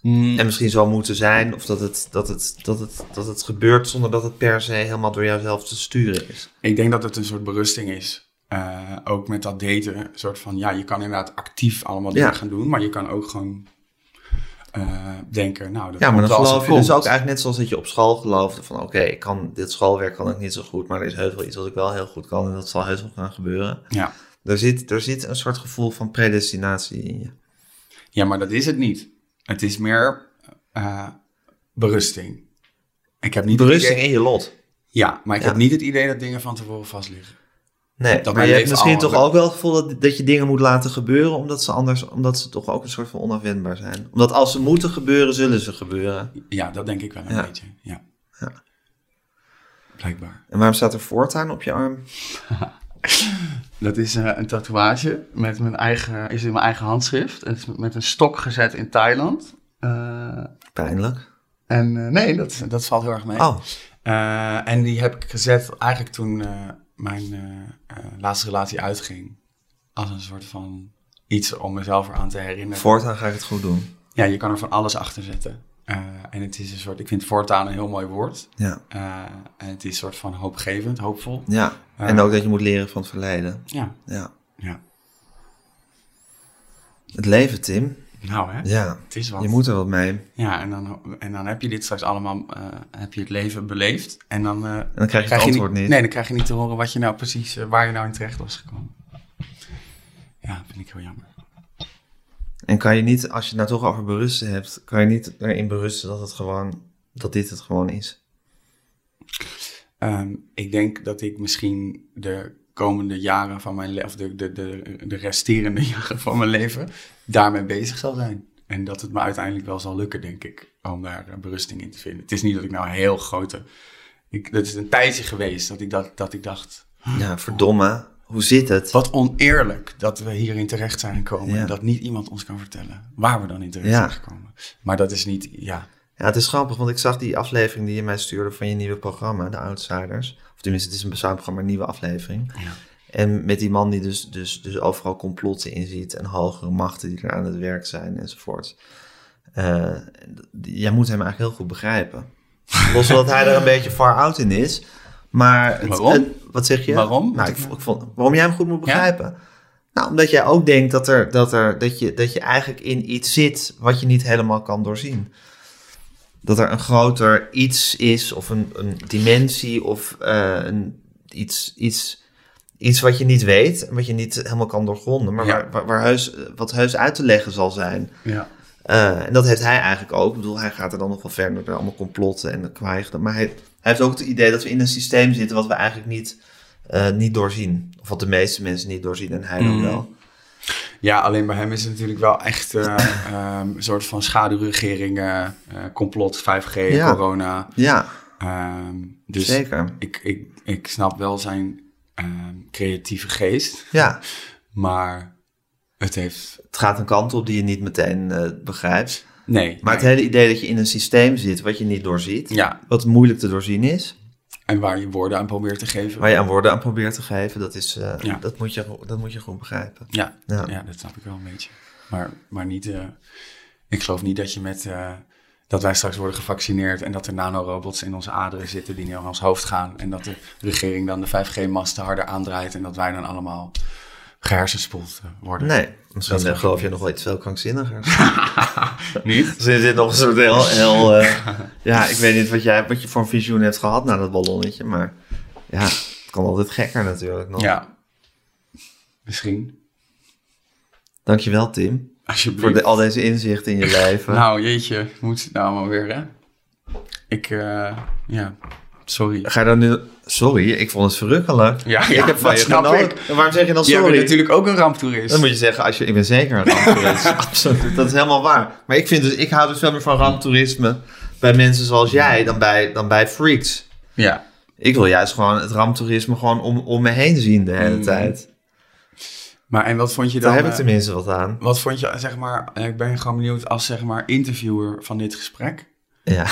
Speaker 2: Mm,
Speaker 1: En misschien zo moeten zijn of dat het, dat, het, dat, het, dat het gebeurt zonder dat het per se helemaal door jouzelf te sturen is.
Speaker 2: Ik denk dat het een soort berusting is. Eh, ook met dat daten. Een soort van, ja, je kan inderdaad actief allemaal dingen
Speaker 1: Ja.
Speaker 2: gaan doen. Maar je kan ook gewoon eh, denken, nou, dat
Speaker 1: Ja, maar dan
Speaker 2: komt wel als
Speaker 1: geloof
Speaker 2: het
Speaker 1: je dus ook
Speaker 2: komt.
Speaker 1: eigenlijk net zoals dat je op school geloofde van oké, ik kan dit schoolwerk kan ik niet zo goed, maar er is heus wel iets wat ik wel heel goed kan en dat zal heus wel gaan gebeuren.
Speaker 2: Ja.
Speaker 1: Er zit, er zit een soort gevoel van predestinatie in je.
Speaker 2: ja, maar dat is het niet. Het is meer eh, berusting. Ik heb niet het
Speaker 1: Berusting
Speaker 2: idee-
Speaker 1: in je lot.
Speaker 2: ja, maar ik
Speaker 1: Ja.
Speaker 2: heb niet het idee dat dingen van tevoren vast liggen.
Speaker 1: Nee,
Speaker 2: Dat
Speaker 1: maar je
Speaker 2: mijn
Speaker 1: hebt
Speaker 2: leven
Speaker 1: misschien
Speaker 2: allemaal-
Speaker 1: toch ook wel het gevoel dat, dat je dingen moet laten gebeuren, omdat ze anders, omdat ze toch ook een soort van onafwendbaar zijn. Omdat als ze moeten gebeuren, zullen ze gebeuren.
Speaker 2: Ja, dat denk ik wel een
Speaker 1: Ja.
Speaker 2: beetje. Ja.
Speaker 1: Ja.
Speaker 2: Blijkbaar.
Speaker 1: En waarom staat er voortaan op je arm?
Speaker 2: Dat is eh, een tatoeage met mijn eigen, is in mijn eigen handschrift. Het is met een stok gezet in Thailand. Eh,
Speaker 1: Pijnlijk.
Speaker 2: en eh, nee, dat, dat valt heel erg mee.
Speaker 1: Oh,
Speaker 2: Eh, en die heb ik gezet eigenlijk toen eh, mijn eh, eh, laatste relatie uitging. Als een soort van iets om mezelf eraan te herinneren.
Speaker 1: voortaan ga ik het goed doen.
Speaker 2: Ja, je kan er van alles achter zetten. Eh, en het is een soort, ik vind voortaan een heel mooi woord.
Speaker 1: Ja.
Speaker 2: Eh, en het is een soort van hoopgevend, hoopvol.
Speaker 1: ja.
Speaker 2: Ja.
Speaker 1: En ook dat je moet leren van het verleden.
Speaker 2: Ja,
Speaker 1: Ja.
Speaker 2: ja.
Speaker 1: Het leven, Tim.
Speaker 2: Nou hè,
Speaker 1: Ja.
Speaker 2: het is wat.
Speaker 1: Je moet er wat mee. En
Speaker 2: Ja, en dan, en dan heb je dit straks allemaal, eh, heb je het leven beleefd. En dan eh,
Speaker 1: dan krijg je
Speaker 2: krijg
Speaker 1: het
Speaker 2: je
Speaker 1: antwoord niet.
Speaker 2: Nee, dan krijg je niet te horen wat je nou precies, eh, waar je nou in terecht was gekomen. Ja, vind ik heel jammer.
Speaker 1: En kan je niet, als je het nou toch over berusten hebt, kan je niet erin berusten dat het gewoon, dat dit het gewoon is.
Speaker 2: Ehm, ik denk dat ik misschien de komende jaren van mijn leven, of de, de, de, de resterende *laughs* jaren van mijn leven, daarmee bezig zal zijn. En dat het me uiteindelijk wel zal lukken, denk ik, om daar eh, berusting in te vinden. Het is niet dat ik nou heel grote. Ik, dat is een tijdje geweest dat ik, dat, dat ik dacht.
Speaker 1: Ja, verdomme. Hoe zit het?
Speaker 2: Wat oneerlijk dat we hierin terecht zijn gekomen.
Speaker 1: Ja.
Speaker 2: En dat niet iemand ons kan vertellen waar we dan in terecht
Speaker 1: Ja.
Speaker 2: zijn gekomen. Maar dat is niet. Ja,
Speaker 1: Ja, het is grappig, want ik zag die aflevering die je mij stuurde van je nieuwe programma, De Outsiders. Of tenminste, het is een bestaand programma, een nieuwe aflevering.
Speaker 2: Ja.
Speaker 1: En met die man die dus, dus, dus overal complotten inziet en hogere machten die er aan het werk zijn enzovoort. Eh, d- jij moet hem eigenlijk heel goed begrijpen. Los van dat hij er een beetje far out in is. Maar het-
Speaker 2: Waarom?
Speaker 1: het- wat zeg je?
Speaker 2: Waarom?
Speaker 1: Nou, ik, vo- ik vond, waarom jij hem goed moet
Speaker 2: Ja?
Speaker 1: begrijpen? Nou, omdat jij ook denkt dat, er, dat, er, dat, je, dat je eigenlijk in iets zit wat je niet helemaal kan doorzien. Dat er een groter iets is of een, een dimensie of eh, een, iets, iets, iets wat je niet weet en wat je niet helemaal kan doorgronden, maar
Speaker 2: Ja.
Speaker 1: waar, waar, waar heus, wat heus uit te leggen zal zijn.
Speaker 2: ja.
Speaker 1: Eh, en dat heeft hij eigenlijk ook. Ik bedoel, hij gaat er dan nog wel verder door allemaal complotten en kwijgen. Maar hij, hij heeft ook het idee dat we in een systeem zitten wat we eigenlijk niet, eh, niet doorzien. Of wat de meeste mensen niet doorzien en hij dan
Speaker 2: Mhm.
Speaker 1: wel.
Speaker 2: Ja, alleen bij hem is het natuurlijk wel echt eh, *coughs* ehm, een soort van schaduwregering, eh, eh, complot, 5G,
Speaker 1: Ja.
Speaker 2: corona.
Speaker 1: Ja,
Speaker 2: Ehm, dus
Speaker 1: zeker.
Speaker 2: ik, ik, ik snap wel zijn ehm, creatieve geest,
Speaker 1: Ja,
Speaker 2: maar het heeft...
Speaker 1: het gaat een kant op die je niet meteen eh, begrijpt.
Speaker 2: Nee.
Speaker 1: Maar
Speaker 2: nee.
Speaker 1: het hele idee dat je in een systeem zit wat je niet doorziet,
Speaker 2: Ja,
Speaker 1: wat moeilijk te doorzien is,
Speaker 2: en waar je woorden aan probeert te geven.
Speaker 1: Waar je aan woorden aan probeert te geven, dat, is, eh,
Speaker 2: Ja.
Speaker 1: dat, moet, je, go- dat moet je goed begrijpen.
Speaker 2: Ja,
Speaker 1: Ja.
Speaker 2: ja. dat snap ik wel een beetje. Maar, maar niet... eh, ik geloof niet dat je met... eh, dat wij straks worden gevaccineerd en dat er nanorobots in onze aderen zitten die naar ons hoofd gaan. En dat de regering dan de 5G-masten harder aandraait en dat wij dan allemaal gehersenspoeld eh, worden.
Speaker 1: Nee, misschien
Speaker 2: Dat
Speaker 1: eh,
Speaker 2: is-
Speaker 1: geloof je nog wel iets veel krankzinnigers. *laughs*
Speaker 2: Niet?
Speaker 1: Misschien is dit nog een soort heel... heel
Speaker 2: *laughs*
Speaker 1: eh, ja, ik weet niet wat, jij, wat je voor een visioen hebt gehad na dat ballonnetje, maar ja, het kan altijd gekker natuurlijk nog.
Speaker 2: Ja. Misschien.
Speaker 1: Dankjewel Tim, voor
Speaker 2: Alsjeblieft.
Speaker 1: de, al deze inzichten
Speaker 2: *laughs*
Speaker 1: in je leven.
Speaker 2: Nou, jeetje. Moet het nou allemaal weer, hè? Ik, eh, ja. sorry.
Speaker 1: Ga je dan nu... Sorry, ik vond het verrukkelijk.
Speaker 2: Ja,
Speaker 1: ik
Speaker 2: ja,
Speaker 1: heb van
Speaker 2: dat
Speaker 1: je
Speaker 2: snap
Speaker 1: genoten. Waarom zeg je dan
Speaker 2: Jij bent
Speaker 1: sorry?
Speaker 2: natuurlijk ook een ramptoerist.
Speaker 1: Dan moet je zeggen, als je, ik ben zeker een
Speaker 2: *laughs*
Speaker 1: ramptoerist. Absoluut, dat is helemaal waar. Maar ik, vind dus, ik hou dus veel meer van ramptoerisme bij mensen zoals jij dan bij, dan bij freaks.
Speaker 2: Ja.
Speaker 1: Ik wil juist gewoon het ramptoerisme gewoon om, om me heen zien de hele
Speaker 2: Mm.
Speaker 1: tijd.
Speaker 2: Maar en wat vond je dan...
Speaker 1: Daar heb ik
Speaker 2: eh,
Speaker 1: tenminste wat aan.
Speaker 2: Wat vond je, zeg maar... eh, Ik ben gewoon benieuwd als, zeg maar, interviewer van dit gesprek.
Speaker 1: Ja.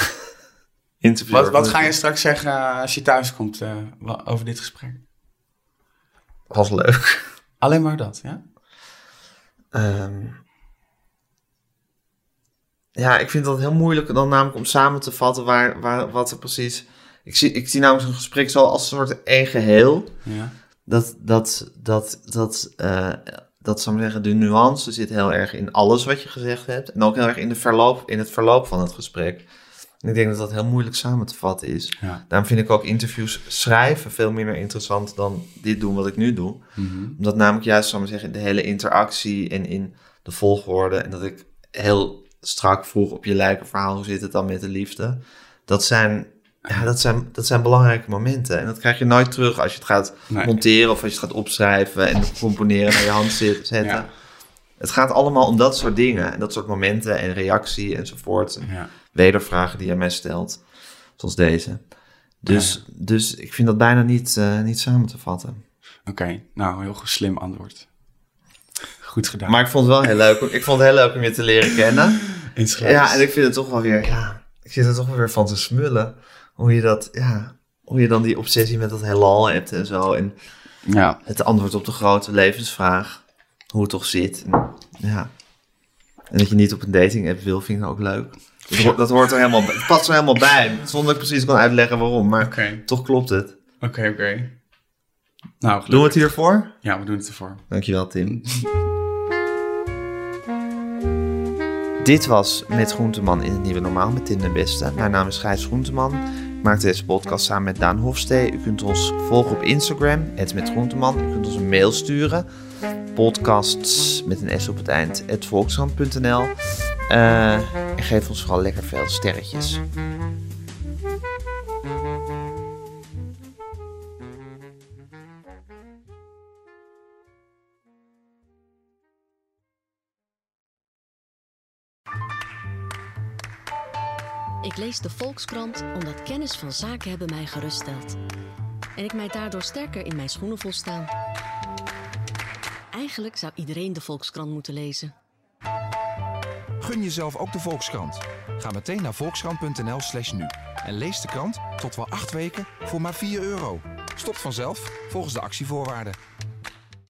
Speaker 1: Interviewer
Speaker 2: Wat, wat
Speaker 1: van-
Speaker 2: ga je straks zeggen eh, als je thuis komt eh, wa- over dit gesprek?
Speaker 1: Was leuk.
Speaker 2: Alleen maar dat, ja?
Speaker 1: Ehm, ja, ik vind dat heel moeilijk dan namelijk om samen te vatten waar, waar, wat er precies... Ik zie, ik zie namelijk zo'n gesprek zo als een soort één geheel.
Speaker 2: Ja.
Speaker 1: dat, dat, dat, dat, eh, dat zou ik maar zeggen, de nuance zit heel erg in alles wat je gezegd hebt. En ook heel erg in, de verloop, in het verloop van het gesprek. En ik denk dat dat heel moeilijk samen te vatten is.
Speaker 2: Ja.
Speaker 1: Daarom vind ik ook interviews schrijven veel minder interessant dan dit doen wat ik nu doe.
Speaker 2: Mhm.
Speaker 1: Omdat namelijk juist, zou ik maar zeggen, de hele interactie en in de volgorde. En dat ik heel strak vroeg op je lijkenverhaal, hoe zit het dan met de liefde? Dat zijn, ja, dat zijn, dat zijn belangrijke momenten. En dat krijg je nooit terug als je het gaat
Speaker 2: Nee.
Speaker 1: monteren of als je het gaat opschrijven en componeren naar je
Speaker 2: *laughs*
Speaker 1: hand zit- zetten.
Speaker 2: Ja.
Speaker 1: Het gaat allemaal om dat soort dingen en dat soort momenten en reactie enzovoort. En
Speaker 2: Ja.
Speaker 1: wedervragen die je mij stelt, zoals deze. Dus, dus ik vind dat bijna niet, eh, niet samen te vatten.
Speaker 2: Oké, nou, heel goed, slim antwoord. Goed gedaan.
Speaker 1: Maar ik vond het wel heel leuk. om- Ik vond het heel leuk om je te leren kennen.
Speaker 2: Insgelijks.
Speaker 1: Ja, en ik vind het toch wel weer, ja, ik zit er toch wel weer van te smullen. Hoe je dat, ja, hoe je dan die obsessie met dat heelal hebt en zo. En
Speaker 2: ja.
Speaker 1: het antwoord op de grote levensvraag. Hoe het toch zit. En, ja. En dat je niet op een dating app wil, vind ik ook leuk. Dat, ho- dat hoort er helemaal bij. Het past er helemaal bij. Zonder dat ik precies kan uitleggen waarom. Maar
Speaker 2: Oké,
Speaker 1: toch klopt het.
Speaker 2: oké, oké. Nou,
Speaker 1: Doen
Speaker 2: gelukkig.
Speaker 1: we het hiervoor?
Speaker 2: Ja, we doen het ervoor.
Speaker 1: Dankjewel, Tim. Dit was Met Groenteman in het Nieuwe Normaal met Tim de Beste. Mijn naam is Gijs Groenteman. Ik maak deze podcast samen met Daan Hofstee. U kunt ons volgen op Instagram, het Met Groenteman. U kunt ons een mail sturen. Podcasts met een s op het eind, at volkskrant.nl. Eh, en geef ons vooral lekker veel sterretjes.
Speaker 3: Ik lees de Volkskrant omdat kennis van zaken hebben mij geruststelt. En ik mij daardoor sterker in mijn schoenen volstaan. Eigenlijk zou iedereen de Volkskrant moeten lezen.
Speaker 4: Gun jezelf ook de Volkskrant. Ga meteen naar volkskrant.nl slash nu en lees de krant tot wel acht weken voor maar 4 euro. Stopt vanzelf volgens de actievoorwaarden.